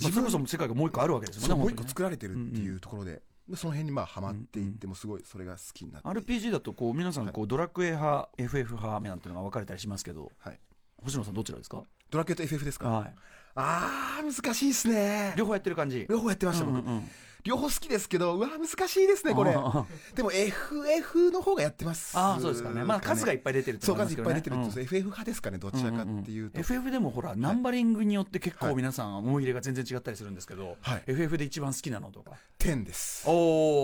[SPEAKER 1] まあそれこそ世界がもう一個あるわけです
[SPEAKER 3] そ
[SPEAKER 1] も
[SPEAKER 3] うん
[SPEAKER 1] ね。
[SPEAKER 3] もう一
[SPEAKER 1] 本当
[SPEAKER 3] 個
[SPEAKER 1] にね
[SPEAKER 3] 作られてるっていうところで、でその辺にまあハマっていってもうすごいそれが好きになって
[SPEAKER 1] RPG だとこう皆さんこうドラクエ派 FF 派なんていうのが分かれたりしますけど
[SPEAKER 3] はい、
[SPEAKER 1] 星野さんどちらですか
[SPEAKER 3] ドラケット FF ですか、
[SPEAKER 1] は
[SPEAKER 3] あー難しいですね
[SPEAKER 1] い両方やってる感じ
[SPEAKER 3] 両方やってました、僕両方好きですけどうわ難しいですねこれ
[SPEAKER 1] あ
[SPEAKER 3] でも FF の方がやってます
[SPEAKER 1] あーそうですかねまあ数がいっぱい出てるって
[SPEAKER 3] そう
[SPEAKER 1] のもあります
[SPEAKER 3] 数い
[SPEAKER 1] け
[SPEAKER 3] っ
[SPEAKER 1] ど
[SPEAKER 3] ぱい
[SPEAKER 1] ね
[SPEAKER 3] 出てるってことです、FF 派ですかねどちらかっていうと、
[SPEAKER 1] FF でもほらナンバリングによって結構皆さん思い入れが全然違ったりするんですけど、
[SPEAKER 3] はい
[SPEAKER 1] FF で一番好きなのとか
[SPEAKER 3] 10です
[SPEAKER 1] お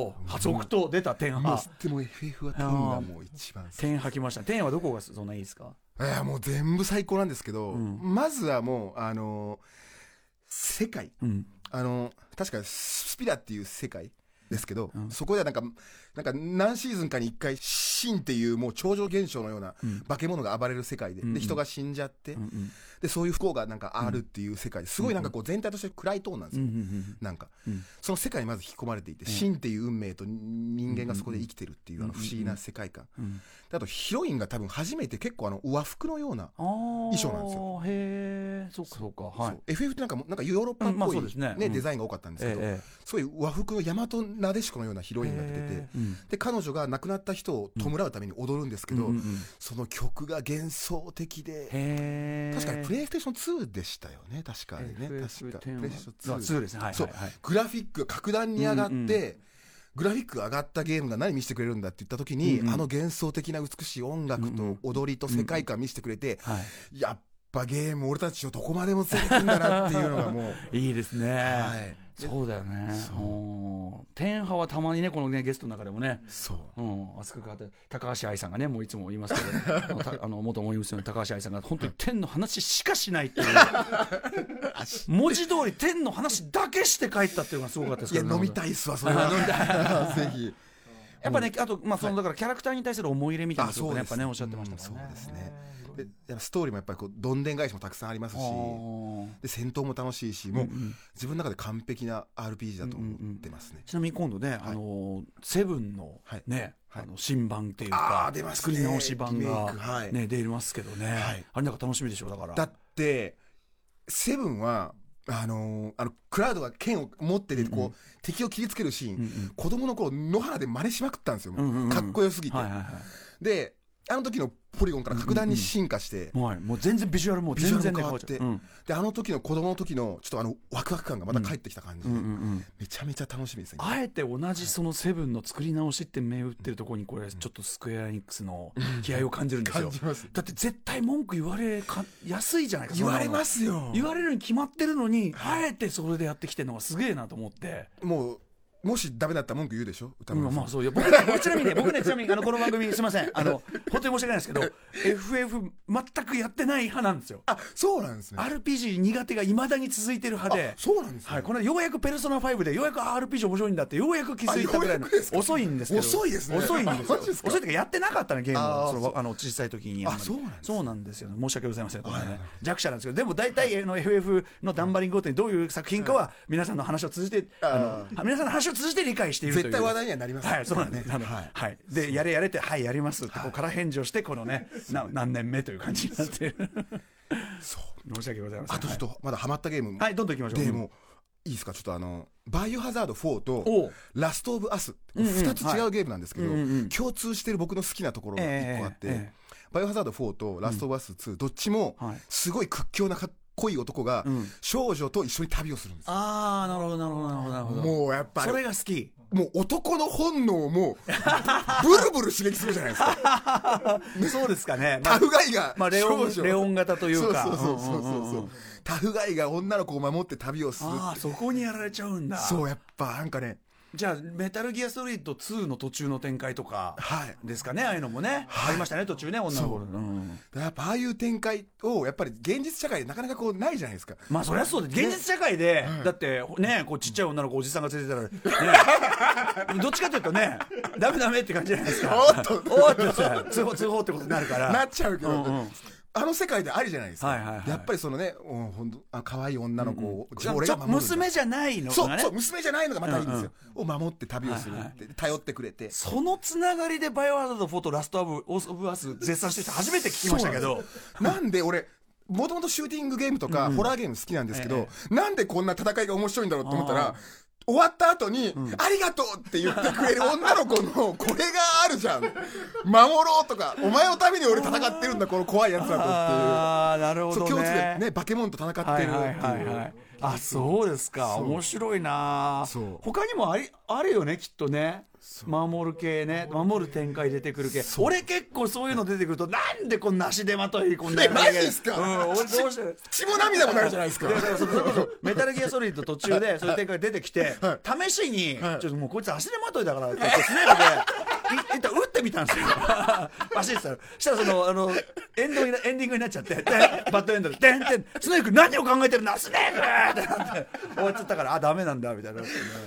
[SPEAKER 1] お続投出た天
[SPEAKER 3] もう
[SPEAKER 1] 派
[SPEAKER 3] でも FF は10がもう一番好き
[SPEAKER 1] 天吐きました天はどこがそんないいですか
[SPEAKER 3] えーもう全部最高なんですけど、
[SPEAKER 1] ん
[SPEAKER 3] まずはもうあのー世界
[SPEAKER 1] うん
[SPEAKER 3] あの確かスピラっていう世界ですけど、
[SPEAKER 1] うん
[SPEAKER 3] そこではなんか、なんか何シーズンかに一回、シンっていうもう超常現象のような
[SPEAKER 1] うん
[SPEAKER 3] 化け物が暴れる世界で、
[SPEAKER 1] うんうん
[SPEAKER 3] で、人が死んじゃって、
[SPEAKER 1] うんうん
[SPEAKER 3] で、そういう不幸がなんかあるっていう世界、すごいなんかこう全体として暗いトーンなんです
[SPEAKER 1] うんう
[SPEAKER 3] よ。
[SPEAKER 1] ん
[SPEAKER 3] なんか、
[SPEAKER 1] うん
[SPEAKER 3] その世界にまず引き込まれていて、
[SPEAKER 1] うん
[SPEAKER 3] シンっていう運命と人間がそこで生きてるっていうあの不思議な世界観。
[SPEAKER 1] うん
[SPEAKER 3] であとヒロインが多分初めて結構あの和服のような、
[SPEAKER 1] あ衣
[SPEAKER 3] 装なんですよ
[SPEAKER 1] へえそうかそうかは
[SPEAKER 3] そ
[SPEAKER 1] いう
[SPEAKER 3] FF ってなんかもなんかヨーロッパっ
[SPEAKER 1] うんまあ
[SPEAKER 3] ぽい、
[SPEAKER 1] そうですねうん
[SPEAKER 3] デザインが多かったんですけど、
[SPEAKER 1] え
[SPEAKER 3] すごい和服の大和なでしこのようなヒロインが出て
[SPEAKER 1] えう
[SPEAKER 3] て、
[SPEAKER 1] ん
[SPEAKER 3] で、彼女が亡くなった人を弔うために踊るんですけ
[SPEAKER 1] う
[SPEAKER 3] ど、
[SPEAKER 1] んうんうん
[SPEAKER 3] その曲が幻想的で、
[SPEAKER 1] へえ
[SPEAKER 3] 確かにプ
[SPEAKER 1] イ
[SPEAKER 3] レイステーション2でしたよね、確かにね。確か。プレイステーション2。
[SPEAKER 1] ですねはい
[SPEAKER 3] そう
[SPEAKER 1] はいはい
[SPEAKER 3] グラフィックが格段に上がって、
[SPEAKER 1] うんうん
[SPEAKER 3] グラフィックが上がったゲームが何見せてくれるんだって言った時に、
[SPEAKER 1] うんうん
[SPEAKER 3] あの幻想的な美しい音楽と踊りと世界観見せてくれて、
[SPEAKER 1] は
[SPEAKER 3] やっぱゲーム俺たちをどこまでも連れてくんだなっていうの がもう、
[SPEAKER 1] いいいですね
[SPEAKER 3] はい。
[SPEAKER 1] そうだよね
[SPEAKER 3] そ
[SPEAKER 1] う
[SPEAKER 3] う
[SPEAKER 1] ん天派はたまにねこのねゲストの中でもね
[SPEAKER 3] そう。
[SPEAKER 1] うん、熱く語って高橋愛さんがねもういつも言いますけ どあのたあの元モーニング娘。の高橋愛さんが本当に天の話しかしないっていう 文字通り天の話だけして帰ったっていうのがすごかったです
[SPEAKER 3] い
[SPEAKER 1] け
[SPEAKER 3] や、
[SPEAKER 1] どね
[SPEAKER 3] 飲みたいっすわ、それは。飲みた い。ぜひ。
[SPEAKER 1] やっぱねあと、まあ、そのだからキャラクターに対する思い入れみたいなことをねやっぱねおっしゃってました
[SPEAKER 3] そ
[SPEAKER 1] も
[SPEAKER 3] うん
[SPEAKER 1] ね。
[SPEAKER 3] ですね。で、やっぱストーリーもやっぱりこう、どんでん返しもたくさんありますし、
[SPEAKER 1] あー
[SPEAKER 3] で、戦闘も楽しいし、もう
[SPEAKER 1] うんうん
[SPEAKER 3] 自分の中で完璧な RPG だと思ってますね。
[SPEAKER 1] ちなみに今度ね、あのセブンの
[SPEAKER 3] はい
[SPEAKER 1] ね、
[SPEAKER 3] はい
[SPEAKER 1] あの新版っていう
[SPEAKER 3] あ
[SPEAKER 1] か
[SPEAKER 3] ー出、ます
[SPEAKER 1] 作
[SPEAKER 3] ね
[SPEAKER 1] り直し版
[SPEAKER 3] リメイ
[SPEAKER 1] が
[SPEAKER 3] クはい
[SPEAKER 1] ね出ますけどね、
[SPEAKER 3] はい
[SPEAKER 1] あれなんか楽しみでしょだから。
[SPEAKER 3] だって、セブンは、あのーあの、クラウドが剣を持ってて、こう、敵を切りつけるシーン、子供の頃、野原で真似しまくったんですよ。もう
[SPEAKER 1] うんうんうん
[SPEAKER 3] かっこよすぎて、
[SPEAKER 1] はいはいは
[SPEAKER 3] で、あの時のポリゴンから格段に進化して、
[SPEAKER 1] い。はいもう全然ビジュアルもう
[SPEAKER 3] ビジュ
[SPEAKER 1] 全
[SPEAKER 3] アル
[SPEAKER 1] 然
[SPEAKER 3] も
[SPEAKER 1] ね
[SPEAKER 3] 変わって、
[SPEAKER 1] 変わっちゃ
[SPEAKER 3] で、あの時の子供の時の、ちょっとあの、ワクワク感がまた帰ってきた感じ
[SPEAKER 1] う
[SPEAKER 3] で、
[SPEAKER 1] うんうんうんうん
[SPEAKER 3] めちゃめちゃ楽しみですね。
[SPEAKER 1] あえて同じそのセブンの作り直しって銘打ってるところにこれちょっとスクエアエニックスの気合を感じるんですよ
[SPEAKER 3] 感。じます。
[SPEAKER 1] だって絶対文句言われかやすいじゃないか。そん
[SPEAKER 3] 言
[SPEAKER 1] な
[SPEAKER 3] わ
[SPEAKER 1] の
[SPEAKER 3] れますよ。
[SPEAKER 1] 言われるに決まってるのに、あえてそれでやってきてるのがすげえなと思って。
[SPEAKER 3] もう、もしダメだったら文句言うでしょ歌
[SPEAKER 1] うん
[SPEAKER 3] 丸さん
[SPEAKER 1] まあそういや僕ね僕ちなみにね僕ねちなみにあのこの番組すみませんあの本当に申し訳ないですけど FF 全くやってない派なんですよ。
[SPEAKER 3] あ、そうなんですね。
[SPEAKER 1] RPG 苦手がいまだに続いてる派で
[SPEAKER 3] あ。そうなんですね
[SPEAKER 1] はい、この間ようやく「ペルソナ5」でようやく RPG 面白いんだってようやく気づいたぐらいの
[SPEAKER 3] あようやくですか
[SPEAKER 1] 遅いんですけど
[SPEAKER 3] 遅いですね
[SPEAKER 1] 遅いんですよ
[SPEAKER 3] マジですか
[SPEAKER 1] 遅いっていうかやってなかったねゲーム
[SPEAKER 3] あ
[SPEAKER 1] を
[SPEAKER 3] ー
[SPEAKER 1] そのあの小さい時にまり
[SPEAKER 3] あそうなんですね
[SPEAKER 1] そうなんですよね申し訳ございません、これね弱者なんですけどでも大体あの FF のダンバリングごとにどういう作品かは皆さんの話を通じてあの皆さんの話を通じて理解しているという
[SPEAKER 3] 絶対話題にはなります
[SPEAKER 1] はいそうなんですあのはい、でやれやれってはいやりますってこうから返事をしてこの ねな何年目という感じになってる
[SPEAKER 3] そう。
[SPEAKER 1] 申し訳ございません
[SPEAKER 3] あとちょっと、まだハマったゲーム。
[SPEAKER 1] はいどんどん行きましょう
[SPEAKER 3] でも、いいですかちょっとあの、バイオハザード4
[SPEAKER 1] お
[SPEAKER 3] と
[SPEAKER 1] う、
[SPEAKER 3] ラストオブアス。
[SPEAKER 1] うんうん
[SPEAKER 3] 二つ違うゲームなんですけど
[SPEAKER 1] はいうんうんうん、
[SPEAKER 3] 共通してる僕の好きなところが一個あ
[SPEAKER 1] えええ
[SPEAKER 3] って
[SPEAKER 1] え、
[SPEAKER 3] バイオハザード4とラストオブアス2、どっちも
[SPEAKER 1] はい、
[SPEAKER 3] すごい屈強なかっこいい男が
[SPEAKER 1] うん、
[SPEAKER 3] 少女と一緒に旅をするんですよ。
[SPEAKER 1] ああなるほどなるほどなるほどなるほど
[SPEAKER 3] もうやっぱあれ
[SPEAKER 1] それが好き
[SPEAKER 3] もう男の本能をもう、ブルブル刺激するじゃないで すか。
[SPEAKER 1] そうですか ね、ま
[SPEAKER 3] タ
[SPEAKER 1] あ
[SPEAKER 3] フガイが
[SPEAKER 1] まあレオン
[SPEAKER 3] 少女
[SPEAKER 1] レオン型というか
[SPEAKER 3] そうそうそうそうそうそう。タフガイが女の子を守って旅をするって
[SPEAKER 1] ああそこにやられちゃうんだ
[SPEAKER 3] そう、やっぱなんかね、
[SPEAKER 1] じゃあメタルギアソリッド2の途中の展開とか
[SPEAKER 3] はい。
[SPEAKER 1] ですかねああいうのもね、ありましたね途中ね女の子
[SPEAKER 3] そう
[SPEAKER 1] うん
[SPEAKER 3] やっぱああいう展開を、やっぱり現実社会でなかなかこうないじゃないですか。
[SPEAKER 1] まあそりゃそうで現実社会で、だってねこうちっちゃい女の子おじさんが連れてたら、 ね、どっちかというとねダメダメって感じじゃないですか
[SPEAKER 3] おっと
[SPEAKER 1] おっとさ通報通報ってことになるから
[SPEAKER 3] なっちゃうけど、
[SPEAKER 1] うんうん
[SPEAKER 3] あの世界でありじゃないですか。
[SPEAKER 1] はいはいはい
[SPEAKER 3] やっぱりそのね、うんほんと、あ可愛い女の子を、
[SPEAKER 1] ちょ
[SPEAKER 3] 俺が守るんだ
[SPEAKER 1] 娘じゃないの
[SPEAKER 3] そ
[SPEAKER 1] が
[SPEAKER 3] う
[SPEAKER 1] ね
[SPEAKER 3] そう、娘じゃないのがまたいいんですよ。を守って旅をするって、頼ってくれて。
[SPEAKER 1] そのつながりで「バイオハザード4」と「ラストオブ・オスオブ・アス」絶賛してて初めて聞きましたけど
[SPEAKER 3] なんで俺、もともとシューティングゲームとか、ホラーゲーム好きなんですけど、なんでこんな戦いが面白いんだろうと思ったら、終わった後に、ありがとうって言ってくれる女の子の、これがあるじゃん。守ろうとか、お前のために俺戦ってるんだ、この怖いやつらとっ
[SPEAKER 4] ああなるほ
[SPEAKER 3] ていう。
[SPEAKER 4] ど
[SPEAKER 3] そう、共通
[SPEAKER 4] ね
[SPEAKER 3] でね、バケモンと戦っ
[SPEAKER 4] は
[SPEAKER 3] て
[SPEAKER 4] い
[SPEAKER 3] るっていう。
[SPEAKER 4] はいはいはいあそうですか
[SPEAKER 3] そう
[SPEAKER 4] 面白いな
[SPEAKER 3] そう
[SPEAKER 1] 他にもありあるよねきっとね守る系ね守る展開出てくる系俺結構そういうの出てくるとなんでこんな足手まといこんな
[SPEAKER 3] えマジっすか
[SPEAKER 1] うん俺どうして
[SPEAKER 3] 血も涙もないじゃないですか。
[SPEAKER 1] だからそれこそメタルギアソリッド途中でそういう展開出てきて、試しに、ちょっともうこいつ足手まといだからって言ってスネークでい一旦打ってみたんですよバシッしたらしたらそのあのエンドになエンディングになっちゃってでバッドエンドで「でんてんスネーク何を考えてるんだスネーク!」ってなって終わっちゃったから「あダメなんだ」みたいな。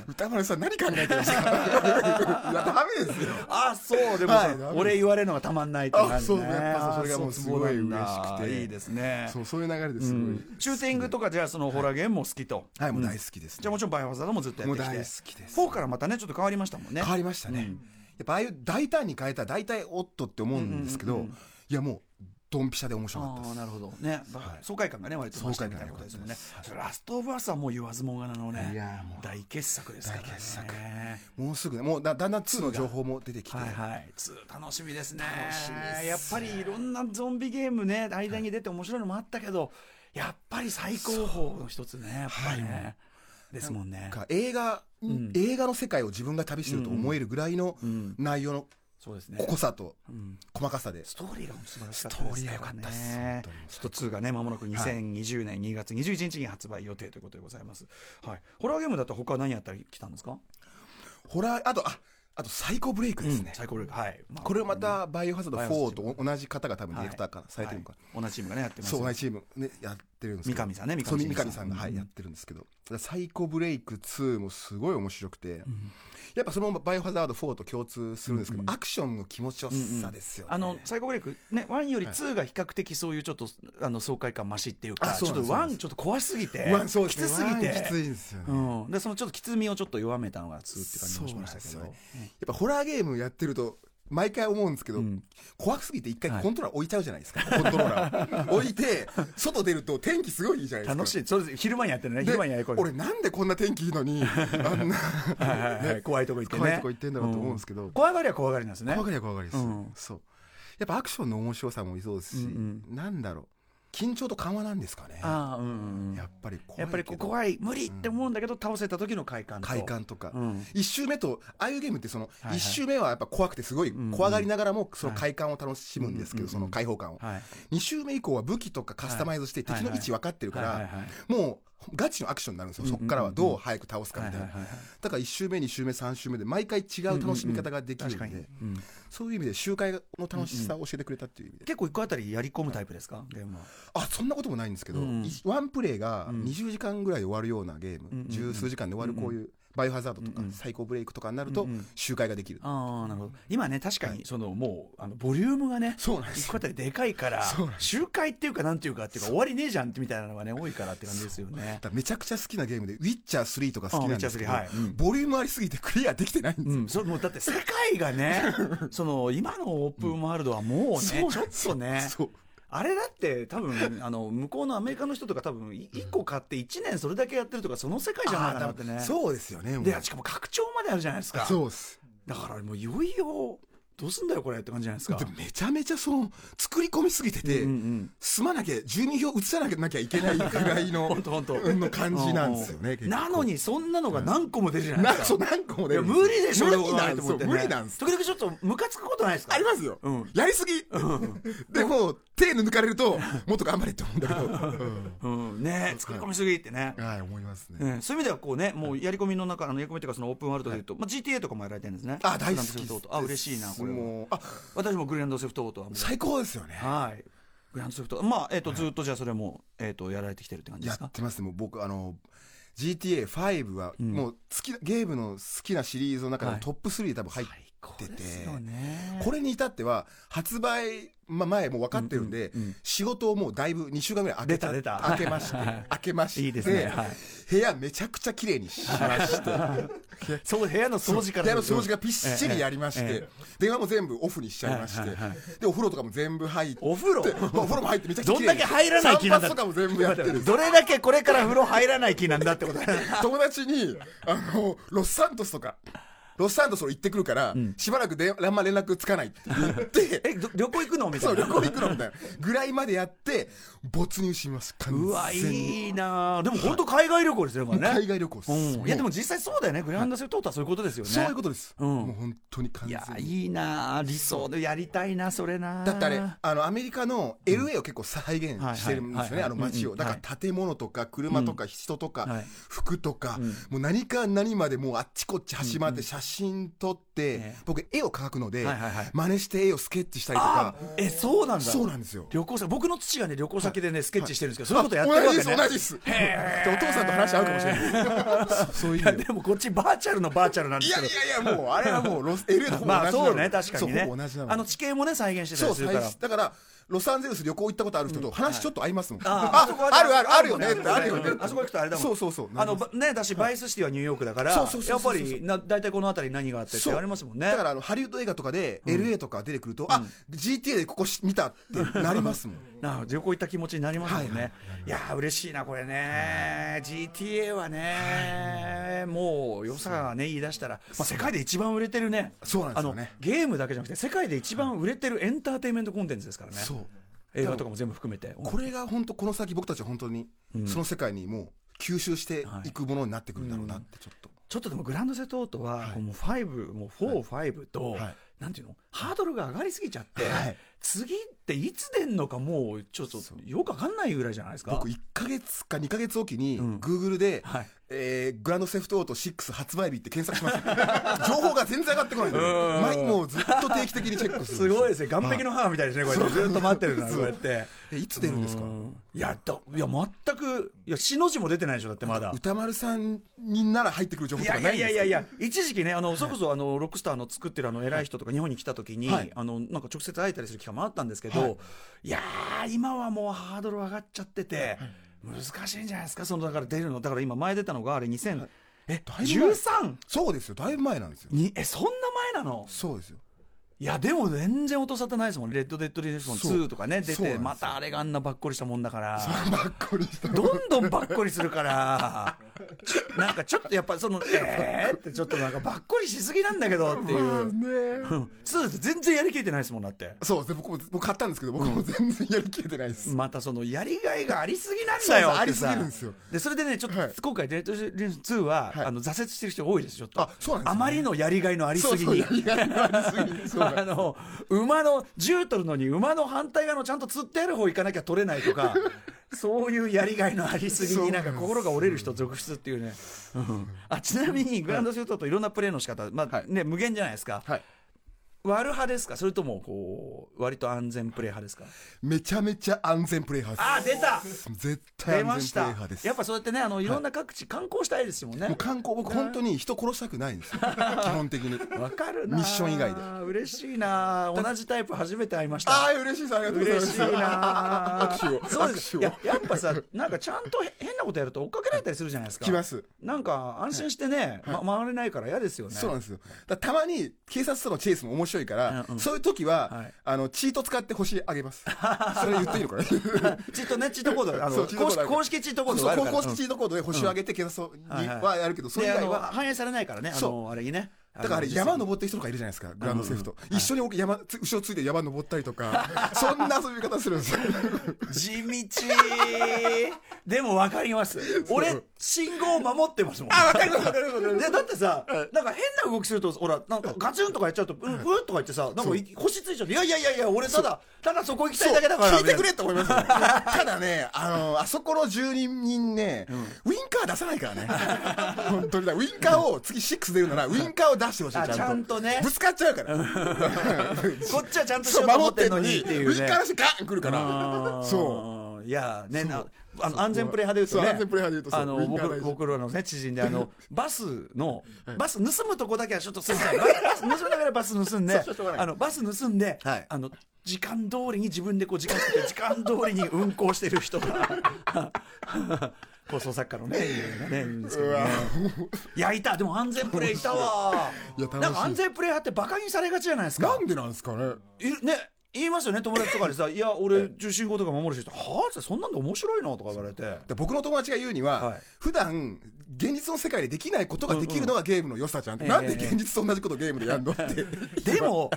[SPEAKER 3] 歌丸さん何考えてるんですかいや、ダメですよ。
[SPEAKER 1] あそうでもさ、
[SPEAKER 3] はいダメ
[SPEAKER 1] 俺言われるのがたまんないって感じ、ね、
[SPEAKER 3] あそうやっぱそれがもうすごい嬉しくて
[SPEAKER 1] あそうなんだいいですね
[SPEAKER 3] そう、そういう流れですごい。
[SPEAKER 1] シューティングとかじゃあそのホラーゲームも好きと
[SPEAKER 3] はい、もう大好きです、
[SPEAKER 1] じゃあもちろんバイオハザードもずっとやってきて
[SPEAKER 3] もう大好きです
[SPEAKER 1] フォーからまたねちょっと変わりましたもんね
[SPEAKER 3] 変わりましたね、やっぱああいう大胆に変えたら大体おっとって思うんですけど、いやもうドンピシャで面白かったです
[SPEAKER 1] ああなるほどね、爽快感がね割と増したみたいなことですもんねそれラストオブアスはもう言わずもがなのね
[SPEAKER 3] いやもう
[SPEAKER 1] 大傑作ですからね
[SPEAKER 3] 大傑作もうすぐねもうだだんだん2の情報も出てきて、
[SPEAKER 1] はいはい、2楽しみですねやっぱりいろんなゾンビゲームね間に出て面白いのもあったけど、やっぱり最高峰の一つねやっぱりね、ですもんね
[SPEAKER 3] か映画、
[SPEAKER 1] ん
[SPEAKER 3] 映画の世界を自分が旅してると思えるぐらいの
[SPEAKER 1] ん
[SPEAKER 3] 内容の
[SPEAKER 1] そうですね
[SPEAKER 3] 濃さと
[SPEAKER 1] ん
[SPEAKER 3] 細かさで、
[SPEAKER 1] ストーリーが素晴らしかった
[SPEAKER 3] ストーリーが良かったです
[SPEAKER 1] ね
[SPEAKER 3] 本当に。
[SPEAKER 1] ちょっと2がね、まもなく2020年2月21日に発売予定ということでございます。はい。ホラーゲームだと他何やったら来たんですか
[SPEAKER 3] ホラーあとああとサイコブレイクですね、
[SPEAKER 1] サイコロリーはい。まあ
[SPEAKER 3] これをまたバイオハザード
[SPEAKER 1] バイオハザー
[SPEAKER 3] 4
[SPEAKER 1] ド
[SPEAKER 3] と同じ方が多分ディ
[SPEAKER 1] はい
[SPEAKER 3] レクターからされてるのか、
[SPEAKER 1] はい同じチームがね、やってます。
[SPEAKER 3] そう同じチーム、ね、やってるんですけど
[SPEAKER 1] 三上さんね三上
[SPEAKER 3] そう
[SPEAKER 1] 真
[SPEAKER 3] 三
[SPEAKER 1] 司さん
[SPEAKER 3] 上さんが、はい
[SPEAKER 1] うん
[SPEAKER 3] やってるんですけどサイコブレイク2もすごい面白くて、やっぱそのままバイオハザード4と共通するんですけど、アクションの気持ちよさですよね、
[SPEAKER 1] あのサイコブレイク、ね、1より2が比較的そういうちょっと、あの爽快感増しっていうか、
[SPEAKER 3] あ
[SPEAKER 1] ち
[SPEAKER 3] そ
[SPEAKER 1] ょ
[SPEAKER 3] う
[SPEAKER 1] っと
[SPEAKER 3] なんです
[SPEAKER 1] 1、ちょっと怖すぎて、
[SPEAKER 3] ワンそうで
[SPEAKER 1] き
[SPEAKER 3] すね
[SPEAKER 1] つすぎて、
[SPEAKER 3] ワンきついんですよね、
[SPEAKER 1] う
[SPEAKER 3] やっ
[SPEAKER 1] ん、でそのちょっときつみをちょっと弱めたのが2って感じもしましたけ
[SPEAKER 3] そ
[SPEAKER 1] ど、
[SPEAKER 3] うなんですぱホラーゲームやってると毎回思うんですけど、怖すぎて一回コントローラー置いちゃうじゃな いですか、コントローラー置いて外出ると天気すごいいいじゃないですか
[SPEAKER 1] 楽しい、それで昼間にやってるね、
[SPEAKER 3] で
[SPEAKER 1] 昼間にやりこい
[SPEAKER 3] 俺なんでこんな天気いいのにあん な
[SPEAKER 1] はいはいはい怖いとこ行ってね。
[SPEAKER 3] 怖いとこ行ってんだろうと思うんですけど
[SPEAKER 1] 怖がりは怖がりなんですね。
[SPEAKER 3] 怖がりは怖がりです、
[SPEAKER 1] うん
[SPEAKER 3] そうやっぱアクションの面白さもいそうですし、
[SPEAKER 1] うん
[SPEAKER 3] なんだろう緊張と緩和なんですかね
[SPEAKER 1] ああ、うんうんうん。
[SPEAKER 3] やっぱり怖いけど
[SPEAKER 1] やっぱりこう怖い、無理って思うんだけど、倒せた時の快感と。
[SPEAKER 3] 快感とか、
[SPEAKER 1] うん
[SPEAKER 3] 一周目とああいうゲームってその
[SPEAKER 1] はいはい
[SPEAKER 3] 一周目はやっぱ怖くてすごい怖がりながらもその快感を楽しむんですけど、その解放感を、
[SPEAKER 1] はい。
[SPEAKER 3] 二周目以降は武器とかカスタマイズして
[SPEAKER 1] はい
[SPEAKER 3] 敵の位置分かってるから、
[SPEAKER 1] はいはいはい
[SPEAKER 3] もうガチのアクションになるんですよ、そこからはどう早く倒すかみたいな、
[SPEAKER 1] はいはいはいはい
[SPEAKER 3] だから1周目2周目3周目で毎回違う楽しみ方ができるんで、
[SPEAKER 1] 確かに。うん
[SPEAKER 3] そういう意味で周回の楽しさを教えてくれたっていう意味で、
[SPEAKER 1] 結構一個あたりやり込むタイプですかゲームは。
[SPEAKER 3] あそんなこともないんですけど、
[SPEAKER 1] うん
[SPEAKER 3] いワンプレイが20時間ぐらいで終わるようなゲーム、
[SPEAKER 1] うんうん
[SPEAKER 3] 十数時間で終わるこういうバイオハザードとか、
[SPEAKER 1] うんうん
[SPEAKER 3] サイコブレイクとかになると
[SPEAKER 1] うんうん
[SPEAKER 3] 周回ができる、
[SPEAKER 1] ああ、なるほど。今ね、確かに、その、もう、あの、ボリュームがね、
[SPEAKER 3] そうなんです
[SPEAKER 1] 一
[SPEAKER 3] よ
[SPEAKER 1] 個あたりでかいから
[SPEAKER 3] そうなん、で
[SPEAKER 1] 周回っていうか、なんていうか、っていうか、終わりねえじゃんってみたいなのがね、多いからって感じですよね
[SPEAKER 3] だ。からめちゃくちゃ好きなゲームで「ウィッチャー3」とか好きなんですけど、
[SPEAKER 1] あウィッチャー3はいうん
[SPEAKER 3] ボリュームありすぎてクリアできてないんですよ
[SPEAKER 1] うん、そうもうだって世界が ねその今のオープンワールドはもうね、
[SPEAKER 3] うん
[SPEAKER 1] ちょっとね
[SPEAKER 3] そう
[SPEAKER 1] あれだって多分 あの向こうのアメリカの人とか多分1個買って1年それだけやってるとかその世界じゃないかなってね
[SPEAKER 3] そうですよねもう
[SPEAKER 1] でしかも拡張まであるじゃないですか
[SPEAKER 3] そうっす
[SPEAKER 1] だからもういよいよどうすんだよこれって感じじゃないですか
[SPEAKER 3] でめちゃめちゃその作り込みすぎてて、
[SPEAKER 1] うんうん
[SPEAKER 3] 住まなきゃ住民票移さなきゃいけないぐらい の
[SPEAKER 1] 本当本当
[SPEAKER 3] うんの感じなんですよね
[SPEAKER 1] うん
[SPEAKER 3] 結構
[SPEAKER 1] なのにそんなのが何個も出るじゃない
[SPEAKER 3] な
[SPEAKER 1] です
[SPEAKER 3] そう
[SPEAKER 1] か
[SPEAKER 3] 何個も
[SPEAKER 1] い
[SPEAKER 3] 出
[SPEAKER 1] や
[SPEAKER 3] る
[SPEAKER 1] 無理でしょ
[SPEAKER 3] 無
[SPEAKER 1] しょ
[SPEAKER 3] 理
[SPEAKER 1] うが
[SPEAKER 3] ないん
[SPEAKER 1] と
[SPEAKER 3] で
[SPEAKER 1] 思っ
[SPEAKER 3] すよ
[SPEAKER 1] てね
[SPEAKER 3] 無理なんです
[SPEAKER 1] 時々ちょっとムカつくことないですか
[SPEAKER 3] ありますよ、
[SPEAKER 1] うん
[SPEAKER 3] やりすぎ、でも手抜かれるともっと頑張れって思うんだけど、
[SPEAKER 1] うんね作り込みすぎってね
[SPEAKER 3] はい思いますね、
[SPEAKER 1] ええそういう意味ではこうね、もうやり込みの中、あのやり込みというかそのオープンワールドでいうと、まあ GTA とかもやられてるんですね。
[SPEAKER 3] あ大好き
[SPEAKER 1] グランドセフトオートあ嬉しいなこれは。
[SPEAKER 3] もうあ
[SPEAKER 1] 私もグランドセフトオートはもう
[SPEAKER 3] 最高ですよね
[SPEAKER 1] はい。グランドセフトまあえっ、とずっとじゃあそれもえっ、とやられてきてるって感じで
[SPEAKER 3] や
[SPEAKER 1] すか
[SPEAKER 3] っ。てますねもう僕あの GTA5 はもう好きな、ゲームの好きなシリーズの中
[SPEAKER 1] は
[SPEAKER 3] の
[SPEAKER 1] い
[SPEAKER 3] トップ3で多分入っってて
[SPEAKER 1] ね
[SPEAKER 3] これに至っては発売、ま、前もう分かってるんで、
[SPEAKER 1] うんうんうん
[SPEAKER 3] 仕事をもうだいぶ2週間ぐらい開けた
[SPEAKER 1] 出た出た
[SPEAKER 3] 開けまして開けまして
[SPEAKER 1] いいですね、はい、
[SPEAKER 3] 部屋めちゃくちゃ綺麗にしまして
[SPEAKER 1] そう部屋の掃除から
[SPEAKER 3] 部屋の掃除がぴっしりやりまして、
[SPEAKER 1] えええ
[SPEAKER 3] 電話も全部オフにしちゃいまして、
[SPEAKER 1] はいはいはい
[SPEAKER 3] でお風呂とかも全部入って
[SPEAKER 1] お風呂
[SPEAKER 3] でお風呂も入ってめちゃくちゃ
[SPEAKER 1] ど
[SPEAKER 3] 綺
[SPEAKER 1] ん
[SPEAKER 3] 麗
[SPEAKER 1] だ
[SPEAKER 3] に
[SPEAKER 1] け入らない気なんだ
[SPEAKER 3] 散髪とかも全部やってる
[SPEAKER 1] どれだけこれから風呂入らない気なんだってことだ
[SPEAKER 3] 友達にあのロスサントスとかロスサントス行ってくるから、しばらくであんま連絡つかないって言 って
[SPEAKER 1] えど旅行行くのみた い
[SPEAKER 3] そ
[SPEAKER 1] う
[SPEAKER 3] 旅
[SPEAKER 1] な
[SPEAKER 3] 行行くのみたいなぐらいまでやって没入します完全に
[SPEAKER 1] うわいいなあでも本当海外旅行ですよこれね
[SPEAKER 3] 海外旅行っす、
[SPEAKER 1] うん、いやでも
[SPEAKER 3] も
[SPEAKER 1] 実際そうだよねグランドセフトートはそういうことですよ
[SPEAKER 3] う
[SPEAKER 1] ね
[SPEAKER 3] そういうことです、
[SPEAKER 1] うん
[SPEAKER 3] もう本当に完
[SPEAKER 1] い
[SPEAKER 3] 全
[SPEAKER 1] や
[SPEAKER 3] に
[SPEAKER 1] いいなあ理想のやりたいなそれな
[SPEAKER 3] だってあれあのアメリカの LA を結構再現してるんですよ
[SPEAKER 1] はいはい
[SPEAKER 3] ねあの街を
[SPEAKER 1] うんうん
[SPEAKER 3] だから建物とか車とか人と
[SPEAKER 1] は
[SPEAKER 3] か
[SPEAKER 1] い
[SPEAKER 3] 服とか
[SPEAKER 1] うん
[SPEAKER 3] もう何から何までもうあっちこっち走回って写真撮って
[SPEAKER 1] ね
[SPEAKER 3] 僕絵を描くので
[SPEAKER 1] はいはいはい
[SPEAKER 3] 真似して絵をスケッチしたりと
[SPEAKER 1] あ
[SPEAKER 3] か
[SPEAKER 1] えそうなんだ
[SPEAKER 3] そうなんですよ
[SPEAKER 1] 旅行先僕の父がね旅行先でねスケッチしてるんですけど、
[SPEAKER 3] あ
[SPEAKER 1] そういうことやって
[SPEAKER 3] 同じ
[SPEAKER 1] る
[SPEAKER 3] で
[SPEAKER 1] わけ
[SPEAKER 3] す
[SPEAKER 1] ね
[SPEAKER 3] 同じです でお父さんと話合うかもしれない そうそういう意
[SPEAKER 1] い
[SPEAKER 3] 味
[SPEAKER 1] や
[SPEAKER 3] で
[SPEAKER 1] でもこっちバーチャルのバーチャルなんで
[SPEAKER 3] い
[SPEAKER 1] す
[SPEAKER 3] や
[SPEAKER 1] け
[SPEAKER 3] い
[SPEAKER 1] ど
[SPEAKER 3] やいやもうあれはもうロス LA とほぼ同じな
[SPEAKER 1] まあ
[SPEAKER 3] の
[SPEAKER 1] そうね確かに
[SPEAKER 3] そう
[SPEAKER 1] ね
[SPEAKER 3] ほぼ同じなの
[SPEAKER 1] あの地形もね再現してた
[SPEAKER 3] そ
[SPEAKER 1] り
[SPEAKER 3] う
[SPEAKER 1] するか
[SPEAKER 3] 最
[SPEAKER 1] ら
[SPEAKER 3] 初だからロサンゼルス旅行行ったことある人と話ちょっと合いますもん、
[SPEAKER 1] あ
[SPEAKER 3] あ
[SPEAKER 1] そこは
[SPEAKER 3] あるあるあるよねってあるよね
[SPEAKER 1] あそこ行くとあれだもん
[SPEAKER 3] そうそうそう
[SPEAKER 1] あのばねだしバイスシティはニューヨークだから
[SPEAKER 3] そうそうそうそうそう
[SPEAKER 1] やっぱりな大体この辺りに何があってって
[SPEAKER 3] そう
[SPEAKER 1] ありますもんね
[SPEAKER 3] だからあのハリウッド映画とかで LA とか出てくると、あ GTA でここし見たってなります もん
[SPEAKER 1] なあ旅行行った気持ちになりますもんね、
[SPEAKER 3] はいいはい
[SPEAKER 1] やー嬉しいなこれね、GTA はね、もう良さがね言い出したら、まあ、世界で一番売れてるね
[SPEAKER 3] そうなんですよね
[SPEAKER 1] あのゲームだけじゃなくて世界で一番売れてるエンターテインメントコンテンツですからね
[SPEAKER 3] そう
[SPEAKER 1] 映画とかも全部含めて
[SPEAKER 3] これが本当この先僕たちは本当にその世界にもう吸収していくものになってくるんだろうなってちょっと、
[SPEAKER 1] ちょっとでもグランドセトートは、もう5もう45、5と、
[SPEAKER 3] はい
[SPEAKER 1] なんていうのハードルが上がりすぎちゃって、
[SPEAKER 3] はい
[SPEAKER 1] 次っていつ出んのかもうちょっとよくわかんないぐらいじゃないですか
[SPEAKER 3] 僕1か月か2か月おきに
[SPEAKER 1] ん
[SPEAKER 3] Google で、
[SPEAKER 1] はい
[SPEAKER 3] えーグランドセフトオート6発売日って検索し ます情報が全然上がってこないんですよ毎もうずっと定期的にチェックす
[SPEAKER 1] す
[SPEAKER 3] るん
[SPEAKER 1] ごいですすね岸壁の母みたいですねこうやってずっと待ってるなこうやって
[SPEAKER 3] よえいつ出るんですか
[SPEAKER 1] いやだいや全くいや死の字も出てないでしょだってまだ
[SPEAKER 3] 歌丸さんになら入ってくる情報
[SPEAKER 1] い
[SPEAKER 3] と
[SPEAKER 1] や
[SPEAKER 3] か
[SPEAKER 1] い
[SPEAKER 3] な
[SPEAKER 1] や
[SPEAKER 3] いん
[SPEAKER 1] い
[SPEAKER 3] です
[SPEAKER 1] や
[SPEAKER 3] か
[SPEAKER 1] いやいや一時期ねあのそれこそあのロックスターの作ってるあの偉い人とか日本に来た時に、
[SPEAKER 3] はい
[SPEAKER 1] あのなんか直接会えたりする機会もあったんですけど、、
[SPEAKER 3] はい
[SPEAKER 1] やー今はもうハードル上がっちゃってて、難しいんじゃないですかそのだから出るのだから今前出たのがあれ2000、え
[SPEAKER 3] だいぶ前
[SPEAKER 1] 13?
[SPEAKER 3] そうですよだいぶ前なんですよ
[SPEAKER 1] にえそんな前なの
[SPEAKER 3] そうですよ
[SPEAKER 1] いやでも全然音沙汰ないですもんレッド・デッド・リデプション2とかね出
[SPEAKER 3] そうな
[SPEAKER 1] て
[SPEAKER 3] んですよ
[SPEAKER 1] またあれがあんなばっこりしたもんだから
[SPEAKER 3] ばっこりした
[SPEAKER 1] どんどんばっこりするから、ちょなんかちょっとやっぱりそ の、えーってちょっとなんかばっこりしすぎなんだけどっていう。うんそうです全然やりきれてないですもんだって。
[SPEAKER 3] そうですね僕も僕買ったんですけど僕も全然やりきれてないです、
[SPEAKER 1] またそのやりがいがありすぎなんだよってさ
[SPEAKER 3] そうですありすぎるんですよ
[SPEAKER 1] でそれでねちょっと、
[SPEAKER 3] はい
[SPEAKER 1] 今回「デートリンス2は」
[SPEAKER 3] はい
[SPEAKER 1] あの挫折してる人多いですちょっと
[SPEAKER 3] あそうなんですね
[SPEAKER 1] あまりのやりがいのありす
[SPEAKER 3] そう
[SPEAKER 1] ぎ
[SPEAKER 3] そう
[SPEAKER 1] に
[SPEAKER 3] やりがいがありすぎるそうなんです
[SPEAKER 1] あの馬の銃取るのに馬の反対側のちゃんと釣ってある方行かなきゃ取れないと かそういうやりがいのありすぎになんか心が折れる人続出っていうね、うんあちなみにグランドシュートといろんなプレーの仕方まあ、
[SPEAKER 3] はい
[SPEAKER 1] ね無限じゃないですか、
[SPEAKER 3] はい
[SPEAKER 1] 割る派ですかそれともこう割と安全プレー派ですか
[SPEAKER 3] めちゃめちゃ安全プレイ派
[SPEAKER 1] あ出た
[SPEAKER 3] です絶対
[SPEAKER 1] 出ま
[SPEAKER 3] 安
[SPEAKER 1] し
[SPEAKER 3] 全プレイ
[SPEAKER 1] た
[SPEAKER 3] 派です
[SPEAKER 1] やっぱそうやってねあのいろんな各地観光したいですもんね、
[SPEAKER 3] もう観光僕本当に人殺したくないん ですよ基本的に
[SPEAKER 1] わかるな
[SPEAKER 3] ミッション以外で
[SPEAKER 1] 嬉しいな同じタイプ初めて会いました
[SPEAKER 3] ああ嬉しいですありがとうございま
[SPEAKER 1] 嬉
[SPEAKER 3] す
[SPEAKER 1] しいなあ
[SPEAKER 3] 握手 を
[SPEAKER 1] そうですい
[SPEAKER 3] 握手を
[SPEAKER 1] ややっぱさなんかちゃんとへ変なことやると追っかけられたりするじゃないですか
[SPEAKER 3] 来ます
[SPEAKER 1] なんか安心してね、ま、回れないから嫌ですよね
[SPEAKER 3] そうなんですよだからたまに警察とのチェイスも面白いから、
[SPEAKER 1] うんうん
[SPEAKER 3] そういう時は、
[SPEAKER 1] はい
[SPEAKER 3] あのチート使って星あげ ますそれ言っていいのかな
[SPEAKER 1] チートねチートコードあ
[SPEAKER 3] そ
[SPEAKER 1] の
[SPEAKER 3] うチートコ
[SPEAKER 1] 公
[SPEAKER 3] ード
[SPEAKER 1] 式
[SPEAKER 3] ある
[SPEAKER 1] 公式チートコードがある
[SPEAKER 3] そ
[SPEAKER 1] か
[SPEAKER 3] う
[SPEAKER 1] ら
[SPEAKER 3] 公式チートコードで星をあげて警察に
[SPEAKER 1] はいはい
[SPEAKER 3] はやるけど、それ
[SPEAKER 1] で
[SPEAKER 3] 以
[SPEAKER 1] あ
[SPEAKER 3] 外
[SPEAKER 1] の
[SPEAKER 3] は
[SPEAKER 1] 反映されないからねあ
[SPEAKER 3] そ
[SPEAKER 1] のあれにね
[SPEAKER 3] だからあれ
[SPEAKER 1] の
[SPEAKER 3] 山登ってる人とかいるじゃないですかグランドセフト、一緒に僕山つ後ろついて山登ったりと かそんな遊び方するんですよ
[SPEAKER 1] 地道でも分かります俺信号を守ってますもんあ分かります分かりますだってさなんか変な動きするとほらなんかガツンとかやっちゃうとうんふーとか言ってさなんかい腰ついちゃっていやいやいやいや俺ただただそこ行きたいだけだから
[SPEAKER 3] そう聞いてくれって思いますよ ただねあのあそこの住人にね、ウインカー出さないからね本当にだウインカーを次6出るならウインカーを出してほしい
[SPEAKER 1] あ
[SPEAKER 3] ちゃんと
[SPEAKER 1] ちゃんとね
[SPEAKER 3] ぶつかっちゃうから
[SPEAKER 1] こっちはちゃんとし
[SPEAKER 3] そ
[SPEAKER 1] よ
[SPEAKER 3] う
[SPEAKER 1] うと思
[SPEAKER 3] 守
[SPEAKER 1] っ
[SPEAKER 3] って
[SPEAKER 1] ん
[SPEAKER 3] てん
[SPEAKER 1] の
[SPEAKER 3] の
[SPEAKER 1] に
[SPEAKER 3] に
[SPEAKER 1] っていう
[SPEAKER 3] ウインカー
[SPEAKER 1] ね
[SPEAKER 3] の人ガン来るからそう
[SPEAKER 1] ういやねな
[SPEAKER 3] そう
[SPEAKER 1] あの安全プレー派で
[SPEAKER 3] そう
[SPEAKER 1] 言
[SPEAKER 3] 安
[SPEAKER 1] うと
[SPEAKER 3] 全プレ
[SPEAKER 1] ね
[SPEAKER 3] ー派で言うとそう
[SPEAKER 1] あの
[SPEAKER 3] ウインナー大
[SPEAKER 1] 僕
[SPEAKER 3] 事
[SPEAKER 1] 僕らのね知人であ のバスのバス盗むとこだけはちょっとすみませんバスバス盗みながらバス盗んで
[SPEAKER 3] そうしょうがない
[SPEAKER 1] あのバス盗んで
[SPEAKER 3] はい
[SPEAKER 1] あの時間通りに自分でこう時間作って時間通りに運行してる人が 放送作家のねねいるんですけどねいやいたでも安全プレーいたわ
[SPEAKER 3] いや楽
[SPEAKER 1] な
[SPEAKER 3] しい
[SPEAKER 1] んか安全プレー派ってバカにされがちじゃないですか
[SPEAKER 3] なんでなんですかね
[SPEAKER 1] いるね言いますよね友達とかでさ「いや俺受信後とか守る人はあ?」ってそんなんで面白いのとか言われて
[SPEAKER 3] で僕の友達が言うには、
[SPEAKER 1] はい
[SPEAKER 3] 普段現実の世界でできないことができるのがゲームの良さじゃん、
[SPEAKER 1] うん
[SPEAKER 3] なんで現実と同じことゲームでやんの って、
[SPEAKER 1] で も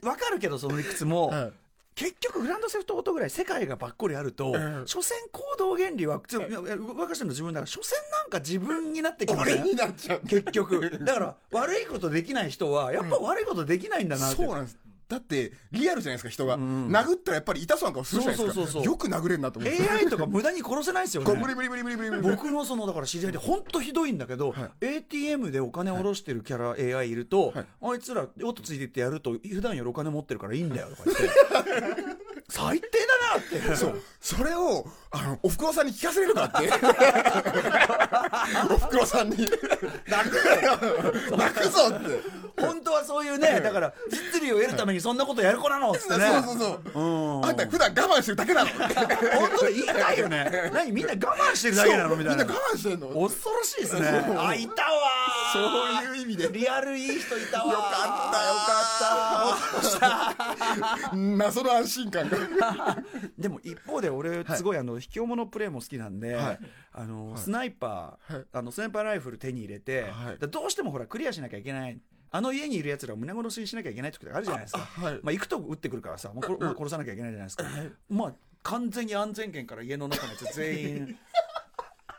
[SPEAKER 1] 分かるけどその理屈も、
[SPEAKER 3] はい
[SPEAKER 1] 結局グランドセフトオートぐらい世界がばっこりあると、
[SPEAKER 3] うん
[SPEAKER 1] 所詮行動原理はちょいやいや動かしてるの自分だから所詮なんか自分になってきま
[SPEAKER 3] 俺
[SPEAKER 1] す
[SPEAKER 3] になっちゃう
[SPEAKER 1] 結 局だから悪いことできない人はやっぱ悪いことできないんだなって、
[SPEAKER 3] そうなんですだってリアルじゃないですか人が、殴ったらやっぱり痛そうな顔するじゃないですか
[SPEAKER 1] そうそうそうそう
[SPEAKER 3] よく殴れるなと思って
[SPEAKER 1] AI とか無駄に殺せないですよ
[SPEAKER 3] こう
[SPEAKER 1] ね
[SPEAKER 3] 無理無理無理無理無理無理
[SPEAKER 1] 僕のそのだから知り合いで本当ひどいんだけど、ATM でお金下ろしてるキャラ AI いると、あいつら音ついてってやると普段よりお金持ってるからいいんだよとか言って 最低だなって
[SPEAKER 3] そうそれをあのおふくろさんに聞かせれるかって おふくろさんに
[SPEAKER 1] 楽
[SPEAKER 3] 泣くぞって
[SPEAKER 1] 本当はそういうねだから実利を得るためにそんなことやる子なのっつってね
[SPEAKER 3] そうそうそう、あんた普段我慢してるだけなの
[SPEAKER 1] 本当に言いたいよね何みんな我慢してるだけなのみたいな
[SPEAKER 3] みんな我慢してんの
[SPEAKER 1] 恐ろしいですね
[SPEAKER 3] そう
[SPEAKER 1] あいたわー
[SPEAKER 3] そういう意味で
[SPEAKER 1] リアルいい人いたわよ
[SPEAKER 3] か 謎の安心感が
[SPEAKER 1] でも一方で俺すごいあの卑怯者プレーも好きなんで、
[SPEAKER 3] はい
[SPEAKER 1] あのスナイパー、
[SPEAKER 3] はい
[SPEAKER 1] あのスナイパーライフル手に入れて、
[SPEAKER 3] はい
[SPEAKER 1] だどうしてもほらクリアしなきゃいけないあの家にいるやつらを胸殺しにしなきゃいけない時とかあるじゃないですか
[SPEAKER 3] あはい
[SPEAKER 1] まあ、行くと撃ってくるからさもうこれ、まあ殺さなきゃいけないじゃないですか、まあ完全に安全圏から家の中のやつ全員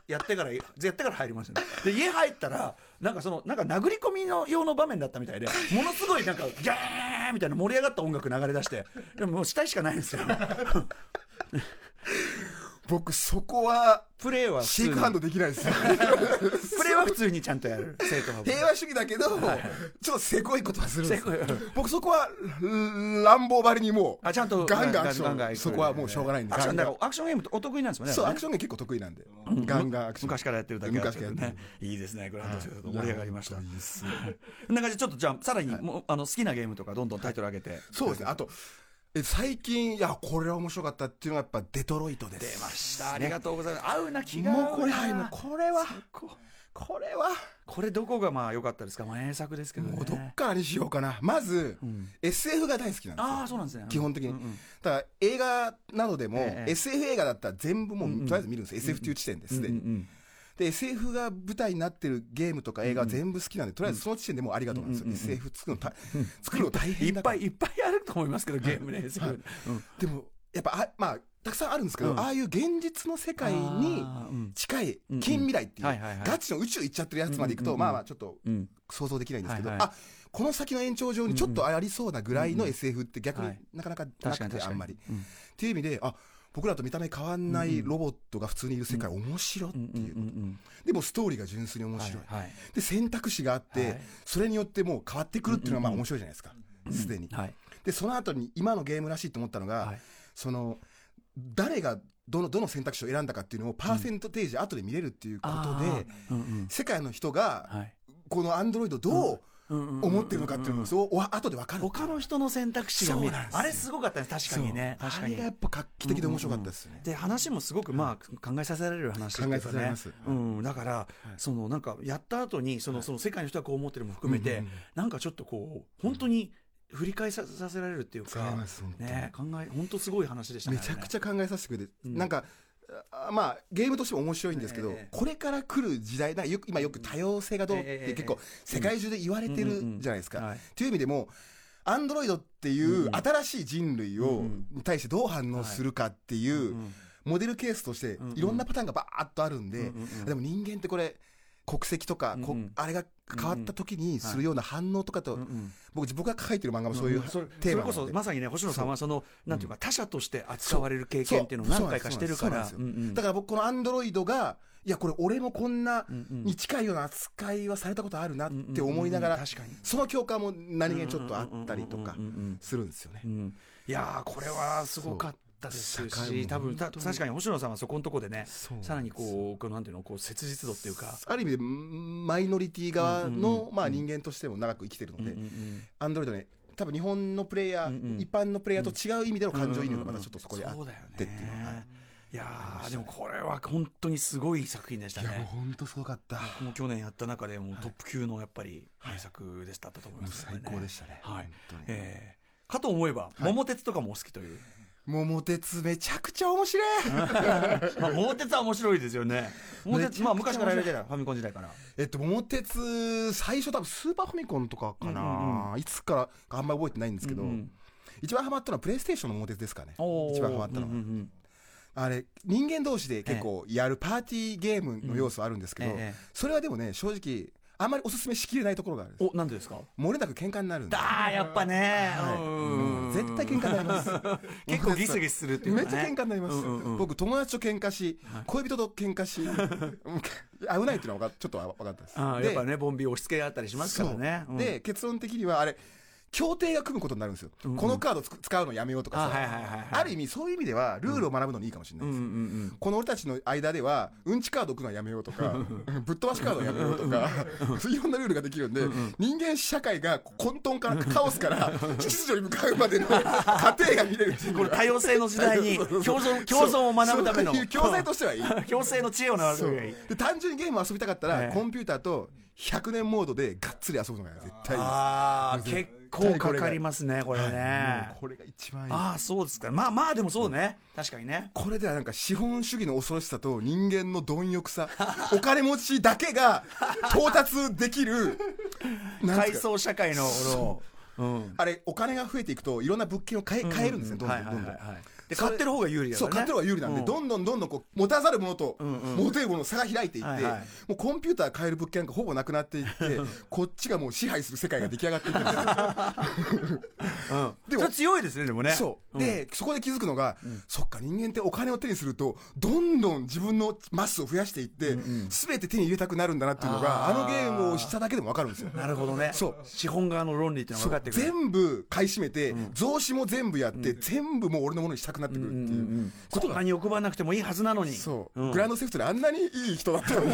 [SPEAKER 1] やってからやってから入りましたねで家入ったらなんかそのなんか殴り込みの用の場面だったみたいでものすごいなんかギャーンみたいな盛り上がった音楽流れ出してでももう死体しかないんですよ
[SPEAKER 3] 僕そこは
[SPEAKER 1] プレーは普通
[SPEAKER 3] シェイ
[SPEAKER 1] に
[SPEAKER 3] クハンドできないです
[SPEAKER 1] プレーは普通にちゃんとや る生徒派
[SPEAKER 3] 平和主義だけど、ちょっとせこいことはするんです
[SPEAKER 1] せこいうん
[SPEAKER 3] 僕そこはら乱暴ばりにもう
[SPEAKER 1] あちゃんと
[SPEAKER 3] ガンガンアクシ
[SPEAKER 1] ガンガン
[SPEAKER 3] ョ
[SPEAKER 1] 行
[SPEAKER 3] ン
[SPEAKER 1] く
[SPEAKER 3] そこはもうしょうがないんで
[SPEAKER 1] アクション
[SPEAKER 3] ガ
[SPEAKER 1] だ
[SPEAKER 3] ンガ
[SPEAKER 1] か
[SPEAKER 3] ン
[SPEAKER 1] らアクションゲームって男気なんですもんね
[SPEAKER 3] そう
[SPEAKER 1] あれ
[SPEAKER 3] ア
[SPEAKER 1] ね
[SPEAKER 3] クションが結構得意なんで、ガンガンアクション
[SPEAKER 1] 昔からやってるだけあるけど
[SPEAKER 3] 昔からやっ
[SPEAKER 1] ね
[SPEAKER 3] て
[SPEAKER 1] いいですねグランドセフト
[SPEAKER 3] はい
[SPEAKER 1] 盛り上がりました
[SPEAKER 3] いや本当にいいっす
[SPEAKER 1] こんな感じでちょっとじゃあさらにもうあの好きなゲームとかどんどんタイトル上げて
[SPEAKER 3] そうですねあとえ最近いやこれは面白かったっていうのはやっぱデトロイトで
[SPEAKER 1] 出
[SPEAKER 3] す
[SPEAKER 1] ましたありがとうございます合うな気が合うな
[SPEAKER 3] もうこれはいもうこれは
[SPEAKER 1] こ
[SPEAKER 3] これは
[SPEAKER 1] これどこがまあ良かったですかまあ名作ですけど
[SPEAKER 3] もうどっ
[SPEAKER 1] ね
[SPEAKER 3] からにしようかなまず、
[SPEAKER 1] ん
[SPEAKER 3] SF が大好きなんですよ
[SPEAKER 1] ああそうなんですね
[SPEAKER 3] 基本的
[SPEAKER 1] う
[SPEAKER 3] に、
[SPEAKER 1] んうん
[SPEAKER 3] ただ映画などでも、
[SPEAKER 1] ええ
[SPEAKER 3] SF 映画だったら全部もう、
[SPEAKER 1] うんうん
[SPEAKER 3] とりあえず見るんです SF という地点で
[SPEAKER 1] う
[SPEAKER 3] す
[SPEAKER 1] んう
[SPEAKER 3] で
[SPEAKER 1] んう
[SPEAKER 3] に、
[SPEAKER 1] ん
[SPEAKER 3] で SF が舞台になってるゲームとか映画は全部好きなんで、とりあえずその時点でもうありがとうなんですよ、
[SPEAKER 1] うんうんうんうん
[SPEAKER 3] SF 作るのた作るの大
[SPEAKER 1] い
[SPEAKER 3] 変
[SPEAKER 1] っ
[SPEAKER 3] だか
[SPEAKER 1] ぱ
[SPEAKER 3] ら
[SPEAKER 1] いいっぱいあると思いますけどゲームね
[SPEAKER 3] はいでもやっぱあまあたくさんあるんですけど、
[SPEAKER 1] うん
[SPEAKER 3] ああいう現実の世界に
[SPEAKER 1] あーうん
[SPEAKER 3] 近い
[SPEAKER 1] うん
[SPEAKER 3] 近未来っていう、
[SPEAKER 1] はいはいはい
[SPEAKER 3] ガチの宇宙行っちゃってるやつまで行くと、
[SPEAKER 1] うんうんうん
[SPEAKER 3] まあまあちょっと
[SPEAKER 1] うん
[SPEAKER 3] 想像できないんですけど、
[SPEAKER 1] はいはい
[SPEAKER 3] あこの先の延長上にちょっとありそうなぐらいの SF って逆に
[SPEAKER 1] はい
[SPEAKER 3] なかなかな
[SPEAKER 1] 確か
[SPEAKER 3] く
[SPEAKER 1] に
[SPEAKER 3] て
[SPEAKER 1] 確か
[SPEAKER 3] あ
[SPEAKER 1] に
[SPEAKER 3] んまり。
[SPEAKER 1] うん
[SPEAKER 3] っていう意味であ僕らと見た目変わんないロボットが普通にいる世界面白って
[SPEAKER 1] うんうん
[SPEAKER 3] いううんでもストーリーが純粋に
[SPEAKER 1] うん
[SPEAKER 3] 面
[SPEAKER 1] はい
[SPEAKER 3] 白い
[SPEAKER 1] はい
[SPEAKER 3] で選択肢があっ
[SPEAKER 1] は
[SPEAKER 3] て
[SPEAKER 1] い
[SPEAKER 3] それによってもう変わってくるっていうのはまあ面白いじゃないですかすでに
[SPEAKER 1] はい
[SPEAKER 3] でその後に今のゲームらしいと思ったの
[SPEAKER 1] は
[SPEAKER 3] が
[SPEAKER 1] い
[SPEAKER 3] その誰がどのどの選択肢を選んだかっていうのをパーセントテージ後で見れるっていうことで
[SPEAKER 1] あーうんうん
[SPEAKER 3] 世界の人が
[SPEAKER 1] はい
[SPEAKER 3] このアンドロイドどう思ってるのかっていうのをそうお後で分かるっていう
[SPEAKER 1] 他の人の選択肢が見え
[SPEAKER 3] そうなん
[SPEAKER 1] る
[SPEAKER 3] ですよ
[SPEAKER 1] あれすごかったね確かにね
[SPEAKER 3] そう
[SPEAKER 1] 確か
[SPEAKER 3] あれがや
[SPEAKER 1] に
[SPEAKER 3] っぱ画期的で面白かったですよね
[SPEAKER 1] で話もすごくまあ考えさせられる話っていうかね
[SPEAKER 3] 考えさせられます
[SPEAKER 1] うんだからそのなんかやった後にそのその世界の人はこう思ってるも含め
[SPEAKER 3] うんう
[SPEAKER 1] て
[SPEAKER 3] んうん
[SPEAKER 1] なんかちょっとこう本当に振り返ささせられるっていう
[SPEAKER 3] わかり
[SPEAKER 1] か
[SPEAKER 3] ます本当に
[SPEAKER 1] ね考え本当すごい話でしたね
[SPEAKER 3] めちゃくち
[SPEAKER 1] ゃ
[SPEAKER 3] ゃ考えさせてくれて、
[SPEAKER 1] うん
[SPEAKER 3] なんかあまあゲームとしても面白いんですけど、
[SPEAKER 1] ええ
[SPEAKER 3] これから来る時代なんかよく今よく多様性がどうっ
[SPEAKER 1] ええ
[SPEAKER 3] て結
[SPEAKER 1] え
[SPEAKER 3] 構世界中で言われてる
[SPEAKER 1] うんうんうん
[SPEAKER 3] じゃないですか。
[SPEAKER 1] はい
[SPEAKER 3] という意味でもアンドロイドっていう
[SPEAKER 1] うん
[SPEAKER 3] 新しい人類を
[SPEAKER 1] うん
[SPEAKER 3] に対してどう反応するかっていううんモデルケースとして
[SPEAKER 1] うんうん
[SPEAKER 3] いろんなパターンがバーッとあるんで
[SPEAKER 1] うんうんうん
[SPEAKER 3] でも人間ってこれ国籍とかこ
[SPEAKER 1] うんうん
[SPEAKER 3] あれが変わった時にするような反応とかと
[SPEAKER 1] うんうん
[SPEAKER 3] 僕僕が書いてる漫画もそういう
[SPEAKER 1] それ
[SPEAKER 3] テ
[SPEAKER 1] そ
[SPEAKER 3] ーマ
[SPEAKER 1] れ
[SPEAKER 3] なの
[SPEAKER 1] こ
[SPEAKER 3] で
[SPEAKER 1] そまさにね星野さんはそのなんていうか他者として扱われる経験っていうのを何回かしてるから
[SPEAKER 3] そううなんですよ
[SPEAKER 1] んうん
[SPEAKER 3] だから僕このアンドロイドがいやこれ俺もこんな
[SPEAKER 1] うんうん
[SPEAKER 3] に近いような扱いはされたことあるなっ
[SPEAKER 1] うんうんうん
[SPEAKER 3] て思いながら
[SPEAKER 1] 確かに
[SPEAKER 3] その共感も何気にちょっとあったりとか
[SPEAKER 1] うんうんうんうんうんうん
[SPEAKER 3] するんですよね
[SPEAKER 1] うんいやーこれはすごかっったです
[SPEAKER 3] 境も
[SPEAKER 1] し多分た確かに星野さんはそこのとこでね
[SPEAKER 3] そう
[SPEAKER 1] さらにこうこうなんていうのこう切実度っていうか。
[SPEAKER 3] ある意味でんマイノリティ側
[SPEAKER 1] うんうん
[SPEAKER 3] の、まあ、人間としても長く生きてるので、アンドロイドね多分日本のプレイヤー、
[SPEAKER 1] うんうん
[SPEAKER 3] 一般のプレイヤーと違う意味での感情移入がまたちょっとそこであっ
[SPEAKER 1] そうだよ
[SPEAKER 3] てっていうのは
[SPEAKER 1] ね。いやーでもこれは本当にすごい作品でした
[SPEAKER 3] いやもう
[SPEAKER 1] ね。
[SPEAKER 3] 本当すごかった。
[SPEAKER 1] 僕も去年やった中でもうトップ級のやっぱり名作でしたったと思い
[SPEAKER 3] も
[SPEAKER 1] ま
[SPEAKER 3] う
[SPEAKER 1] す、
[SPEAKER 3] 最高でしたね。
[SPEAKER 1] はい
[SPEAKER 3] 本当に
[SPEAKER 1] えーかと思えば、桃鉄とかもお好きという。
[SPEAKER 3] 桃鉄めちゃくちゃ面白い。
[SPEAKER 1] まあ、桃鉄は面白いですよ ね。桃
[SPEAKER 3] めちゃくち
[SPEAKER 1] 鉄、
[SPEAKER 3] ゃ
[SPEAKER 1] まあ、昔からやられてた、ファミコン時代から。
[SPEAKER 3] えっと桃鉄最初多分スーパーファミコンとかかな、
[SPEAKER 1] うん
[SPEAKER 3] いつからかあんまり覚えてないんですけど、
[SPEAKER 1] うんうん
[SPEAKER 3] 一番ハマったのはプレイステーションの桃鉄ですかね。
[SPEAKER 1] おー
[SPEAKER 3] 一番ハマったのは、
[SPEAKER 1] うんうんうん
[SPEAKER 3] あれ人間同士で結構やるパーティーゲームの要素あるんですけど、
[SPEAKER 1] ええ
[SPEAKER 3] それはでもね正直あんまりおすすめしきれないところがあるんです。
[SPEAKER 1] お、なんでですか
[SPEAKER 3] 漏れなく喧嘩になるんで。
[SPEAKER 1] だー、やっぱね。
[SPEAKER 3] は
[SPEAKER 1] う
[SPEAKER 3] い
[SPEAKER 1] ん
[SPEAKER 3] うん絶対喧嘩になります。
[SPEAKER 1] 結構ギスギスするっていう
[SPEAKER 3] め
[SPEAKER 1] か、
[SPEAKER 3] っ
[SPEAKER 1] ね。
[SPEAKER 3] ちゃ喧嘩になります、
[SPEAKER 1] うんうんうん
[SPEAKER 3] 僕友達と喧嘩し、恋人と喧嘩し うん危ないっていうのは分かちょっと分かったです
[SPEAKER 1] あーやっぱね、ボンビー押し付けあったりしますからね。
[SPEAKER 3] そ
[SPEAKER 1] う
[SPEAKER 3] う
[SPEAKER 1] ん
[SPEAKER 3] で結論的にはあれ協定が組むことになるんですよ、このカードつく使うのやめようとかさ
[SPEAKER 1] あはいはいはいはい
[SPEAKER 3] ある意味そういう意味ではルールを学ぶのにいいかもしれないです、この俺たちの間ではうんちカード置くのはやめようとかぶっ飛ばしカードはやめようとか いろんなルールができるんで人間社会が混沌からカオスから秩序に向かうまでの過程が見れるっていう
[SPEAKER 1] これ多様性の時代 に共存共存を学ぶための
[SPEAKER 3] そういう教材としてはいい
[SPEAKER 1] 共生の知恵を習
[SPEAKER 3] そう
[SPEAKER 1] うがいい。
[SPEAKER 3] で単純にゲームを遊びたかったら、
[SPEAKER 1] ええ
[SPEAKER 3] コンピューターと100年モードでがっつり遊ぶのが絶対いいです
[SPEAKER 1] ああ、結構かかりますね、これ
[SPEAKER 3] はいも
[SPEAKER 1] ね
[SPEAKER 3] う。これが一番いい
[SPEAKER 1] ああ、そうですか。まあまあ、でもそうね。確かにね。
[SPEAKER 3] これではなんか資本主義の恐ろしさと人間の貪欲さ お金持ちだけが到達でき るなんてい
[SPEAKER 1] 階
[SPEAKER 3] うか
[SPEAKER 1] 層社会の、この、うん。
[SPEAKER 3] あれお金が増えていくといろんな物件を買え買えるんですねどんど
[SPEAKER 1] はい
[SPEAKER 3] ん
[SPEAKER 1] は
[SPEAKER 3] ど
[SPEAKER 1] いはい
[SPEAKER 3] んどん。
[SPEAKER 1] はい。で、買ってる方が有利だ
[SPEAKER 3] そう買ってる方が有利なんで、どんどんどんどんこう持たざるものと、持てるものの差が開いていって、
[SPEAKER 1] はいはい
[SPEAKER 3] もうコンピューター買える物件がほぼなくなっていってこっちがもう支配する世界が出来上がっていくん ですよ
[SPEAKER 1] でも。それ強いですね、でもね。
[SPEAKER 3] そう。で、そこで気づくのが、そっか、人間ってお金を手にすると、どんどん自分のマスを増やしていって、すべて手に入れたくなるんだなっていうのが、
[SPEAKER 1] あ
[SPEAKER 3] あ
[SPEAKER 1] ー
[SPEAKER 3] のゲームをしただけでもわかるんですよ。
[SPEAKER 1] なるほどね。
[SPEAKER 3] そう
[SPEAKER 1] 資本側の論理っていうのが分かってくる。
[SPEAKER 3] 全部買い占めて、増資も全部やって、全部もう俺のものにしたくなってくるっていうこと
[SPEAKER 1] 言
[SPEAKER 3] が
[SPEAKER 1] 葉。に欲張らなくてもいいはずなのに。
[SPEAKER 3] そう、
[SPEAKER 1] ん
[SPEAKER 3] グランドセフトであんなにいい人 だったのに、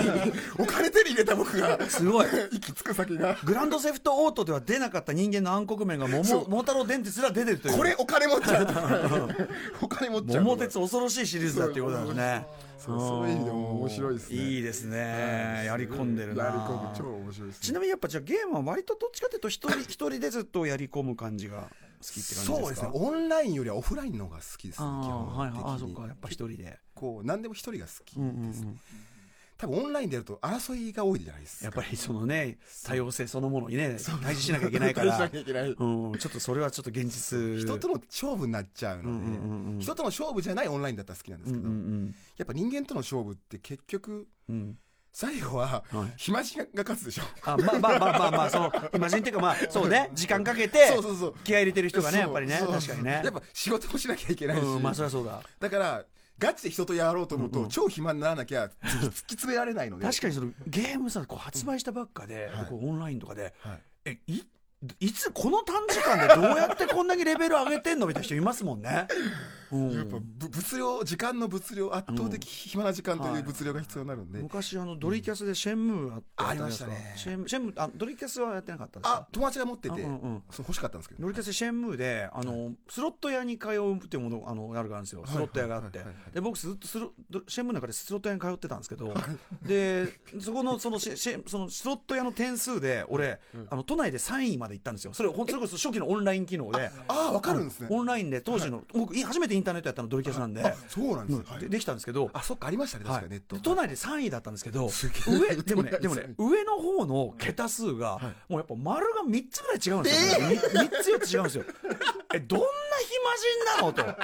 [SPEAKER 3] お金手に入れた僕が、
[SPEAKER 1] すごい。
[SPEAKER 3] 息つく先が、
[SPEAKER 1] グランドセフトオートでは出なかった人間の暗黒面が桃
[SPEAKER 3] そう
[SPEAKER 1] 桃太郎電鉄すら出てるという。
[SPEAKER 3] これお金持っちゃう。お金持っちゃう。
[SPEAKER 1] 桃鉄恐ろしいシリーズだっていうことなんですね。
[SPEAKER 3] そうそういう意味でも面白いですね
[SPEAKER 1] いいですね。やり込んでるな。
[SPEAKER 3] ラリコム超面白いですね。
[SPEAKER 1] ちなみにやっぱじゃあゲームは割とどっちかというと 一人一人でずっとやり込む感じが好きって感じですか。
[SPEAKER 3] そうですねオンラインよりはオフラインの方が好きですね基
[SPEAKER 1] ああはい
[SPEAKER 3] 本
[SPEAKER 1] はい
[SPEAKER 3] 的に
[SPEAKER 1] あそっかやっぱ一人で。
[SPEAKER 3] こう何でも一人が好きです、
[SPEAKER 1] うんうんうん。
[SPEAKER 3] 多分オンラインでやると争いが多いじゃないです
[SPEAKER 1] やっ
[SPEAKER 3] か
[SPEAKER 1] ぱりそのね多様性そのものにね対峙しなきゃいけない から。
[SPEAKER 3] 対峙しなきゃいけない
[SPEAKER 1] うんちょっとそれはちょっと現実。
[SPEAKER 3] 人との勝負になっちゃうので、
[SPEAKER 1] うんうんうんうん
[SPEAKER 3] 人との勝負じゃないオンラインだったら好きなんです
[SPEAKER 1] うんう
[SPEAKER 3] け
[SPEAKER 1] ん
[SPEAKER 3] ど、
[SPEAKER 1] うん
[SPEAKER 3] やっぱ人間との勝負って結局
[SPEAKER 1] うん。
[SPEAKER 3] 最後は、
[SPEAKER 1] はい
[SPEAKER 3] 暇人が勝つでしょ
[SPEAKER 1] あまあまあまあまあまあその暇人っていうかまあそうね時間かけて
[SPEAKER 3] そうそうそう
[SPEAKER 1] 気合い入れてる人がねやっぱりね
[SPEAKER 3] そうそう
[SPEAKER 1] 確かにね
[SPEAKER 3] やっぱ仕事もしなきゃいけないし、
[SPEAKER 1] うんまあそりゃそうだ
[SPEAKER 3] だからガチで人とやろうと思うと、超暇にならなきゃ突き詰められないので
[SPEAKER 1] 確かにそのゲームさこう発売したばっかで、
[SPEAKER 3] はい
[SPEAKER 1] こうオンラインとかで、
[SPEAKER 3] はい
[SPEAKER 1] えいいつこの短時間でどうやってこんなにレベル上げてんのみたいな人いますもんね。うん
[SPEAKER 3] やっぱぶ物量時間の物量圧倒的暇な時間と
[SPEAKER 1] はいいう
[SPEAKER 3] 物量が必要になるんで、
[SPEAKER 1] 昔あのドリキャスでシェンムーあった
[SPEAKER 3] あありましたね
[SPEAKER 1] じゃないですかシェンシェンムーあドリキャスはやってなかったです
[SPEAKER 3] あ
[SPEAKER 1] か
[SPEAKER 3] 友達が持ってて、
[SPEAKER 1] うんうんうん
[SPEAKER 3] そう欲しかったんですけど
[SPEAKER 1] ドリキャスでシェンムーであの、スロット屋に通うっていうものあのあるがあるんですよスロット屋があって、
[SPEAKER 3] はいはいはいはい
[SPEAKER 1] で僕ずっとスロドシェンムーの中でスロット屋に通ってたんですけどでそこのそのシェシェンそのスロット屋の点数で俺、あの都内で3位まで行ったんですよそれほんそれこそ初期のオンライン機能で
[SPEAKER 3] ああ分かるんですね
[SPEAKER 1] オンラインで当時の、僕い初めてインターネットやったのドリキャスなんで,、
[SPEAKER 3] あそうなんですね、はい
[SPEAKER 1] でできたんですけど、
[SPEAKER 3] あそっかありましたね確
[SPEAKER 1] はい
[SPEAKER 3] かにネット、
[SPEAKER 1] 都内で3位だったんですけど
[SPEAKER 3] げ
[SPEAKER 1] 上
[SPEAKER 3] え
[SPEAKER 1] で もねでもね上の方の桁数が、もうやっぱ丸が3つぐらい違うんですよ、3, つ4つ違うんですよ えどんな暇人なの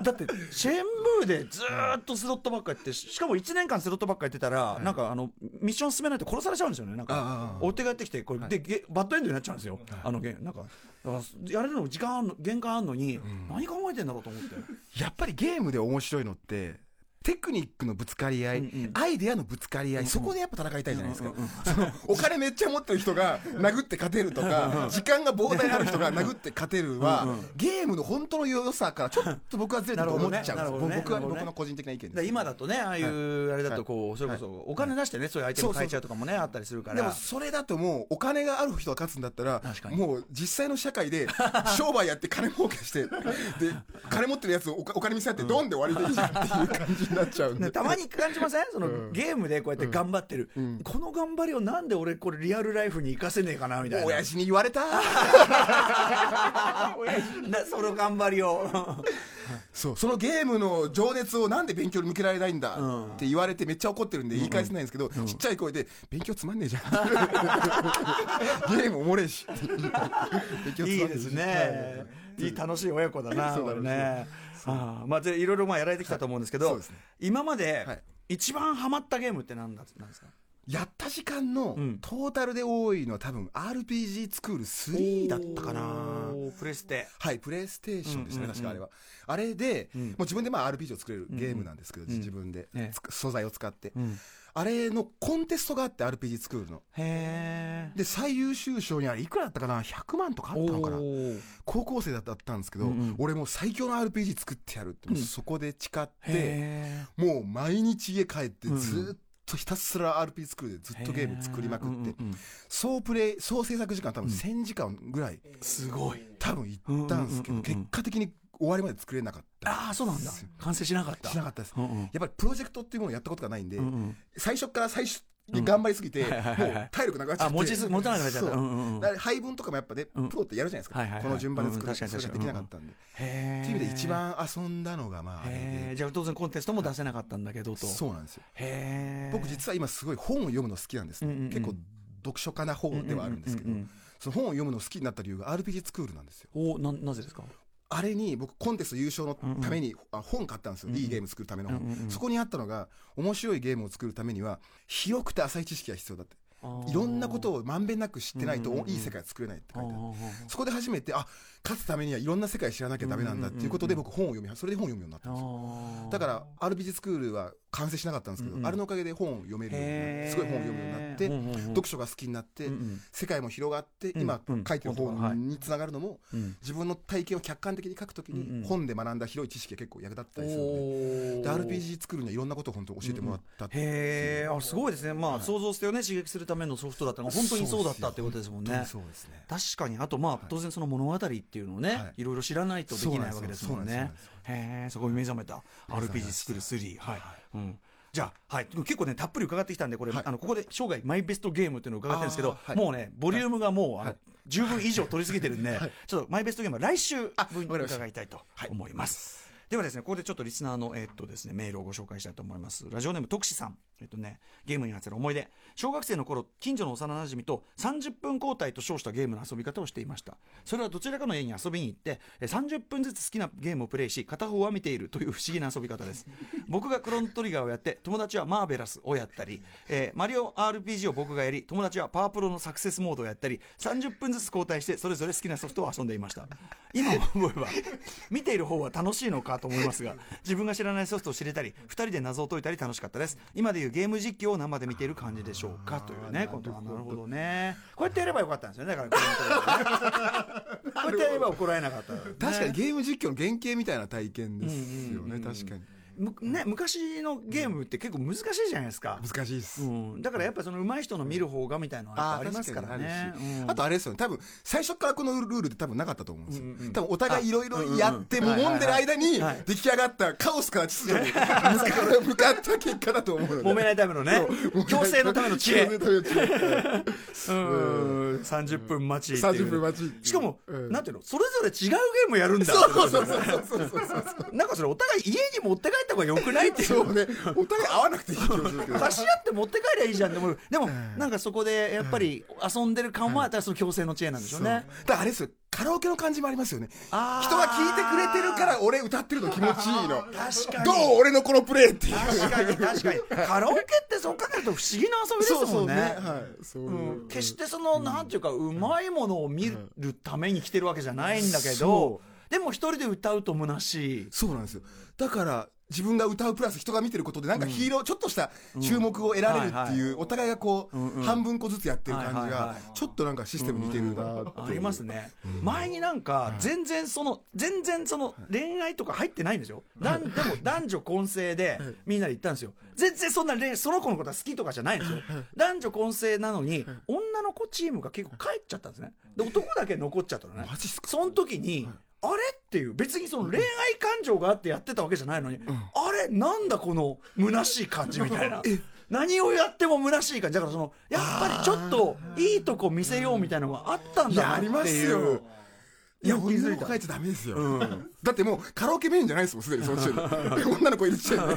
[SPEAKER 1] とだってシェンムーでずーっとスロットばっかやってししかも1年間スロットばっかやってたら、なんかあのミッション進めないと殺されちゃうんですよねなん
[SPEAKER 3] ああ
[SPEAKER 1] か
[SPEAKER 3] ああ
[SPEAKER 1] 追っ手がやってきてこれ、でゲバッドエンドになっちゃうんですよ、あのゲなんかだからやれるの時間あんの限界あんのに、何考えてんだろうと思って。
[SPEAKER 3] やっぱりゲームで面白いのってテクニックのぶつかり合い、
[SPEAKER 1] うんうん
[SPEAKER 3] アイデアのぶつかり合い、そこでやっぱ戦いたいじゃないですか、そのお金めっちゃ持ってる人が殴って勝てるとか、時間が膨大ある人が殴って勝てるは、ゲームの本当の良さからちょっと僕はずれてると思っちゃ
[SPEAKER 1] なるほ
[SPEAKER 3] う
[SPEAKER 1] ど
[SPEAKER 3] ん
[SPEAKER 1] ね
[SPEAKER 3] です、僕は
[SPEAKER 1] なるほどね
[SPEAKER 3] 僕の個人的な意見
[SPEAKER 1] だ
[SPEAKER 3] で
[SPEAKER 1] から
[SPEAKER 3] す。
[SPEAKER 1] 今だとねああいうあれだとこうそれこそお金出してねそういうアイテム
[SPEAKER 3] そうそう
[SPEAKER 1] 買えちゃうとかもねあったりするか
[SPEAKER 3] でも
[SPEAKER 1] ら
[SPEAKER 3] それだともうお金がある人が勝つんだったら
[SPEAKER 1] 確かに
[SPEAKER 3] もう実際の社会 で商売やって金儲けしてで金持ってるやつをおお金見せ合ってドンで終わりでいいじゃんっていう感じになっちゃう んで
[SPEAKER 1] ねたまに感じませんそのゲームでこうやって頑張ってるこの頑張りをなんで俺これリアルライフに生かせねえかなみたいな
[SPEAKER 3] 親父に言わ れた
[SPEAKER 1] なその頑張り を
[SPEAKER 3] そうそのゲームの情熱をなんで勉強に向けられないんだって言われてめっちゃ怒ってるんで言い返せないんですけど、ちっちゃい声で「勉強つまんねえじ ゃん」 ゲームおもれえし」勉強つまんねえし
[SPEAKER 1] いいですねいい楽しい親子だな
[SPEAKER 3] そうだろう
[SPEAKER 1] ねああまあでいろいろまあやられてきたと思うんですけ
[SPEAKER 3] はいそ
[SPEAKER 1] ど
[SPEAKER 3] うですね
[SPEAKER 1] 今まで
[SPEAKER 3] はい
[SPEAKER 1] 一番ハマったゲームって何だなんですか
[SPEAKER 3] やった時間の
[SPEAKER 1] うん
[SPEAKER 3] トータルで多いのは多分 RPG スクール3だったかな
[SPEAKER 1] おープレステ
[SPEAKER 3] はい、プレイステーションで
[SPEAKER 1] う
[SPEAKER 3] すね、
[SPEAKER 1] んうんうん
[SPEAKER 3] 確かあれは。あれで、
[SPEAKER 1] うん
[SPEAKER 3] もう自分でまあ RPG を作れるゲームなんですけど、
[SPEAKER 1] ん
[SPEAKER 3] 自分で、
[SPEAKER 1] ええ
[SPEAKER 3] つく素材を使って、
[SPEAKER 1] ん
[SPEAKER 3] あれのコンテストがあって、RPG スクールの。
[SPEAKER 1] へえ
[SPEAKER 3] で、最優秀賞にあれ、いくらだったかな ?100 万とかあったのかな高校生だったんですけど、
[SPEAKER 1] うんうん
[SPEAKER 3] 俺もう最強の RPG 作ってやるって、もうそこで誓って、
[SPEAKER 1] へ
[SPEAKER 3] もう毎日家帰って
[SPEAKER 1] うん
[SPEAKER 3] ずーっとひたすら RPG スクールでずっとゲーム作りまくって、総プレイ、総制作時間多分1000時間ぐらい、
[SPEAKER 1] すごい
[SPEAKER 3] 多分いったんですけど、
[SPEAKER 1] うんうんうんうん
[SPEAKER 3] 結果的に終わりまで作れなかった。
[SPEAKER 1] ああそうなんだ完成しなかった
[SPEAKER 3] しなかったです。
[SPEAKER 1] うんうん
[SPEAKER 3] やっぱりプロジェクトっていうものをやったことがないんで、
[SPEAKER 1] うんうん
[SPEAKER 3] 最初から最初に頑張りすぎて、
[SPEAKER 1] うんはいはい
[SPEAKER 3] も
[SPEAKER 1] はいはいう
[SPEAKER 3] 体力なくなっちゃっ
[SPEAKER 1] あ
[SPEAKER 3] て。
[SPEAKER 1] 持ちず持たなくなっちゃった
[SPEAKER 3] そう
[SPEAKER 1] うんうんうん
[SPEAKER 3] だから配分とかもやっぱね、
[SPEAKER 1] うん
[SPEAKER 3] プロってやるじゃないですか。
[SPEAKER 1] はいはいはい
[SPEAKER 3] この順番で作
[SPEAKER 1] うん
[SPEAKER 3] る、
[SPEAKER 1] 確かに
[SPEAKER 3] それができなかったんで。
[SPEAKER 1] へえ
[SPEAKER 3] っていう意味で一番遊んだのが、まあ、あれ
[SPEAKER 1] へえ
[SPEAKER 3] で。
[SPEAKER 1] じゃあ当然コンテストも出せなかったんだけどと
[SPEAKER 3] そうなんですよ。
[SPEAKER 1] へえ
[SPEAKER 3] 僕実は今すごい本を読むの好きなんですね。
[SPEAKER 1] うんうんうん
[SPEAKER 3] 結構読書家な方ではあるんですけど、
[SPEAKER 1] うううん
[SPEAKER 3] その本を読むの好きになった理由が RPG スクールなんですよ。
[SPEAKER 1] うんおななぜですか
[SPEAKER 3] あれに僕コンテスト優勝のために、あ本買ったんですよ、いいゲーム作るための本、
[SPEAKER 1] うんうんうん
[SPEAKER 3] そこにあったのが面白いゲームを作るためには広くて浅い知識が必要だっていろんなことをまんべんなく知ってないと、
[SPEAKER 1] うんうんうん
[SPEAKER 3] いい世界は作れないって書いてある
[SPEAKER 1] を
[SPEAKER 3] そこで初めてあ勝つためにはいろんな世界知らなきゃダメなんだっていうことで僕本を読みそれで本を読むようになったんですよだから RPG スクールは完成しなかったんですけど、
[SPEAKER 1] うんうん
[SPEAKER 3] あれのおかげで本を読めるようになっ
[SPEAKER 1] へ
[SPEAKER 3] て
[SPEAKER 1] ー
[SPEAKER 3] すごい本を読むようになって、
[SPEAKER 1] うんうんうん
[SPEAKER 3] 読書が好きになって、
[SPEAKER 1] うんうん
[SPEAKER 3] 世界も広がって、
[SPEAKER 1] うん
[SPEAKER 3] 今
[SPEAKER 1] うん
[SPEAKER 3] 書いてる
[SPEAKER 1] 本とかはい
[SPEAKER 3] 本につながるのも
[SPEAKER 1] うん
[SPEAKER 3] 自分の体験を客観的に書くとき
[SPEAKER 1] うんうん
[SPEAKER 3] に本で学んだ広い知識が結構役立ったりするので
[SPEAKER 1] おー
[SPEAKER 3] で RPG 作るにはいろんなことを本当に教えてもらったっていう
[SPEAKER 1] へえあすごいですねまあ想像性をね刺激するためのソフトだったのが本当にそうだったってことですもん
[SPEAKER 3] 本当
[SPEAKER 1] ね
[SPEAKER 3] にそうですね
[SPEAKER 1] 確かにあとまあ当然その物語っていうのをね、
[SPEAKER 3] はい
[SPEAKER 1] い、ろいろ知らないとできないわけですもん
[SPEAKER 3] そうなん
[SPEAKER 1] ね
[SPEAKER 3] です
[SPEAKER 1] へえそこに目覚めた
[SPEAKER 3] 目覚めま
[SPEAKER 1] RPG
[SPEAKER 3] した
[SPEAKER 1] スクール3はい、うんじゃあ、はい、結構ねたっぷり伺ってきたんでこれ、
[SPEAKER 3] はい
[SPEAKER 1] あのここで生涯マイベストゲームっていうのを伺ってるんですけど、
[SPEAKER 3] あーはい
[SPEAKER 1] もうねボリュームがもう、あの
[SPEAKER 3] はい
[SPEAKER 1] 十分以上取りすぎてるんで、ちょっとマイベストゲームは来週分
[SPEAKER 3] わかりました
[SPEAKER 1] 伺いたいと思います。ではですね、ここでちょっとリスナーの、えっとですね、メールをご紹介したいと思います。ラジオネーム、徳志さん。えっとね、ゲームに関する思い出。小学生の頃、近所の幼馴染と30分交代と称したゲームの遊び方をしていました。それはどちらかの家に遊びに行って、え30分ずつ好きなゲームをプレイし、片方は見ているという不思議な遊び方です。僕がクロントリガーをやって、友達はマーベラスをやったり、えーマリオ RPG を僕がやり、友達はパワープロのサクセスモードをやったり、30分ずつ交代して、それぞれ好きなソフトを遊んでいました。今思えば、見ている方は楽しいのかと思いますが、自分が知らないソフトを知れたり、2人で謎を解いたり楽しかったです。今でいうゲーム実況を生で見ている感じでしょうかというね、ことはなるほどね。こうやってやればよかったんですよね、だからクロントリガーねこうやってやれば怒られなかった、
[SPEAKER 3] 確かにゲーム実況の原型みたいな体験ですよね確かに
[SPEAKER 1] むね、昔のゲームって結構難しいじゃないですか。
[SPEAKER 3] 難しいです
[SPEAKER 1] うん、だからやっぱその上手い人の見る方がみたいなのはやっぱありますからね
[SPEAKER 3] 確。にあるし
[SPEAKER 1] うん
[SPEAKER 3] あとあれですよね多分最初からこのルールで多分なかったと思うんですよ、
[SPEAKER 1] うんうん
[SPEAKER 3] 多分お互いいろい
[SPEAKER 1] あうんうん
[SPEAKER 3] ろやっても
[SPEAKER 1] はいはいはい
[SPEAKER 3] 揉んでる間に
[SPEAKER 1] はい
[SPEAKER 3] 出来上がったカオスから秩序に向かう向かった結果だと思うので
[SPEAKER 1] 揉めないためのね、強制のための 知恵。う
[SPEAKER 3] 強制のための知恵
[SPEAKER 1] ん、30分待ちっていう。
[SPEAKER 3] 30分待ち
[SPEAKER 1] しかも、
[SPEAKER 3] うん
[SPEAKER 1] なんていうの、それぞれ違うゲームやるんだって
[SPEAKER 3] そうそうそうそうそうそうそう
[SPEAKER 1] なんかそれお互い家に持って帰った方が良くないっていう。
[SPEAKER 3] そうねお互い合わなくていい気がする けど
[SPEAKER 1] 貸し合って持って帰りゃいいじゃんって思う。でも、なんかそこでやっぱり遊んでる感は、だからその強制の知恵なんでしょ
[SPEAKER 3] そううだ
[SPEAKER 1] ね
[SPEAKER 3] か。らあれですよカラオケの感じもありますよね人
[SPEAKER 1] あー
[SPEAKER 3] が聞いてくれてるから俺歌ってるの気持ちいいの
[SPEAKER 1] 確かに
[SPEAKER 3] どう俺のこのプレーっていう
[SPEAKER 1] 確かに確かに。 カラオケってそう考えると不思議な遊びですもんね。
[SPEAKER 3] はいそう
[SPEAKER 1] うん決してその、なんていうかうまいものを見るために来てるわけじゃないんだけど、でも一人で歌うと虚しい
[SPEAKER 3] そうなんですよだから自分が歌うプラス人が見てることでなんかヒーロー、ちょっとした注目を得られるっていう、お互いがこう、
[SPEAKER 1] んうん
[SPEAKER 3] 半分個ずつやってる感じが、
[SPEAKER 1] はいはいはい
[SPEAKER 3] ちょっとなんかシステム似てるなっていう
[SPEAKER 1] ありますね、前になんか全然その全然その恋愛とか入ってないんですよ、なんでも男女混成でみんなで行ったんですよ全然そんな恋その子のことは好きとかじゃないんですよ男女混成なのに女の子チームが結構帰っちゃったんですねで男だけ残っちゃったのね
[SPEAKER 3] マジっすか
[SPEAKER 1] その時に、あれっていう別にその恋愛感情があってやってたわけじゃないのに、あれなんだこの虚しい感じみたいな何をやっても虚しい感じだからそのやっぱりちょっといいとこ見せようみたいなのがあったん
[SPEAKER 3] い
[SPEAKER 1] だ
[SPEAKER 3] や
[SPEAKER 1] な
[SPEAKER 3] あ
[SPEAKER 1] って
[SPEAKER 3] り
[SPEAKER 1] いう
[SPEAKER 3] ますよいや
[SPEAKER 1] よく気
[SPEAKER 3] 女
[SPEAKER 1] づ
[SPEAKER 3] の
[SPEAKER 1] いた
[SPEAKER 3] 子帰っちゃダメですよ、だってもうカラオケメインじゃないですもんすでにその時点で女の子いる時点で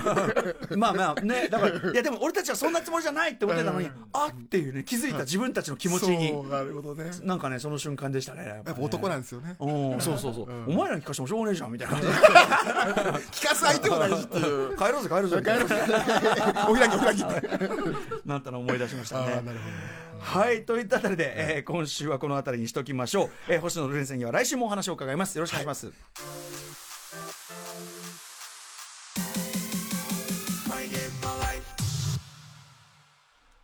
[SPEAKER 1] まあまあねだからいやでも俺たちはそんなつもりじゃないって思ってたのに、あっていうね気づいた自分たちの気持ちに
[SPEAKER 3] そうなるほどね
[SPEAKER 1] なんかねその瞬間でしたね
[SPEAKER 3] やっぱ男
[SPEAKER 1] な
[SPEAKER 3] なんですよね
[SPEAKER 1] うんそうそうそう、お前らに聞かしてもしょうがねえじゃんみ たいな感じで
[SPEAKER 3] 聞かす相手も大事っていう
[SPEAKER 1] 帰ろうぜ帰ろうぜみたいな
[SPEAKER 3] お開きお開きって
[SPEAKER 1] なったのを思い出しました
[SPEAKER 3] あ
[SPEAKER 1] ね
[SPEAKER 3] ーなるほど
[SPEAKER 1] はいといったあたりで、えー今週はこのあたりにしときましょう、えー星野瑠蓮さんには来週もお話を伺いますよろしくお願いします、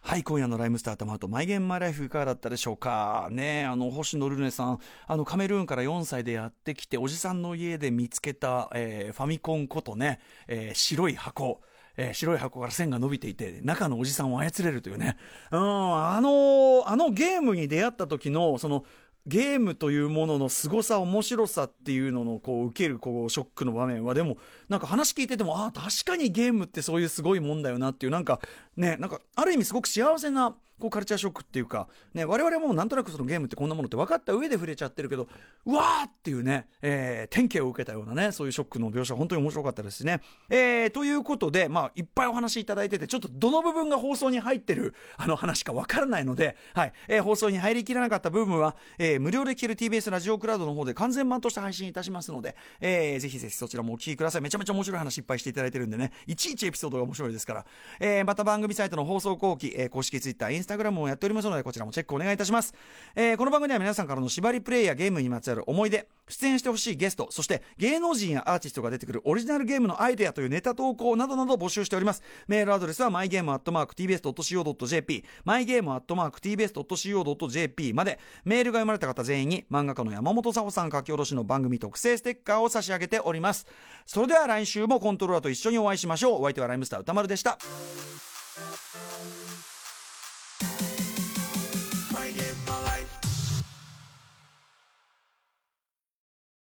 [SPEAKER 1] はい、今夜のライムスター頭とマイゲームマイライフいかがだったでしょうか。ねえあの、星野ルネさん、あの、カメルーンから4歳でやってきて、おじさんの家で見つけた、えーファミコンことね、えー白い箱。えー白い箱から線が伸びていて、中のおじさんを操れるというね。うん、あの、あのゲームに出会った時の、その、ゲームというものの凄さ面白さっていうののこう受けるこうショックの場面はでもなんか話聞いててもああ確かにゲームってそういうすごいもんだよなっていうなんかねなんかある意味すごく幸せなこうカルチャーショックっていうか、ね、我々はもうなんとなくそのゲームってこんなものって分かった上で触れちゃってるけどうわーっていうね、えー、典型を受けたようなねそういうショックの描写本当に面白かったですしね。えーということで、まあ、いっぱいお話いただいててちょっとどの部分が放送に入ってるあの話か分からないので、はいえー放送に入りきらなかった部分は、えー無料で聴ける TBS ラジオクラウドの方で完全版として配信いたしますので、えーぜひぜひそちらもお聞きくださいめちゃめちゃ面白い話いっぱいしていただいてるんでねいちいちエピソードが面白いですから、えーまた番組サイトの放送後期、えー公式 Twitter、Instagram もやっておりますのでこちらもチェックお願いいたします、えーこの番組では皆さんからの縛りプレイやゲームにまつわる思い出出演してほしいゲストそして芸能人やアーティストが出てくるオリジナルゲームのアイデアというネタ投稿などなど募集しておりますメールアドレスは mygame.tbs.co.jp mygame.tbs.co.jp までメールが読まれた方全員に漫画家の山本沙穂さん書き下ろしの番組特製ステッカーを差し上げておりますそれでは来週もコントローラーと一緒にお会いしましょうお相手はライムスター歌丸でした